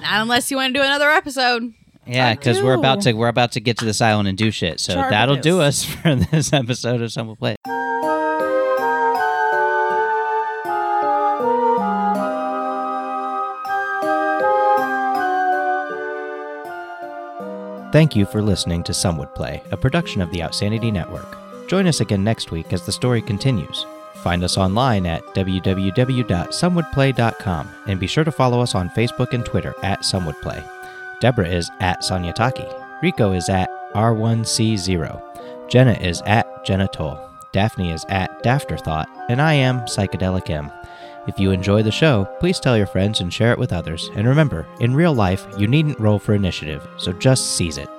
Speaker 6: Not unless you want to do another episode.
Speaker 4: Yeah, because we're about to we're about to get to this island and do shit. So that'll do us for this episode of Someone Play. Thank you for listening to Some Would Play, a production of the Outsanity Network. Join us again next week as the story continues. Find us online at www.somewouldplay.com and be sure to follow us on Facebook and Twitter at Some Would Play. Deborah is at Sanyataki. Rico is at R1C0. Jenna is at Jenna Toll. Daphne is at Dafterthought. And I am Psychedelic M. If you enjoy the show, please tell your friends and share it with others. And remember, in real life, you needn't roll for initiative, so just seize it.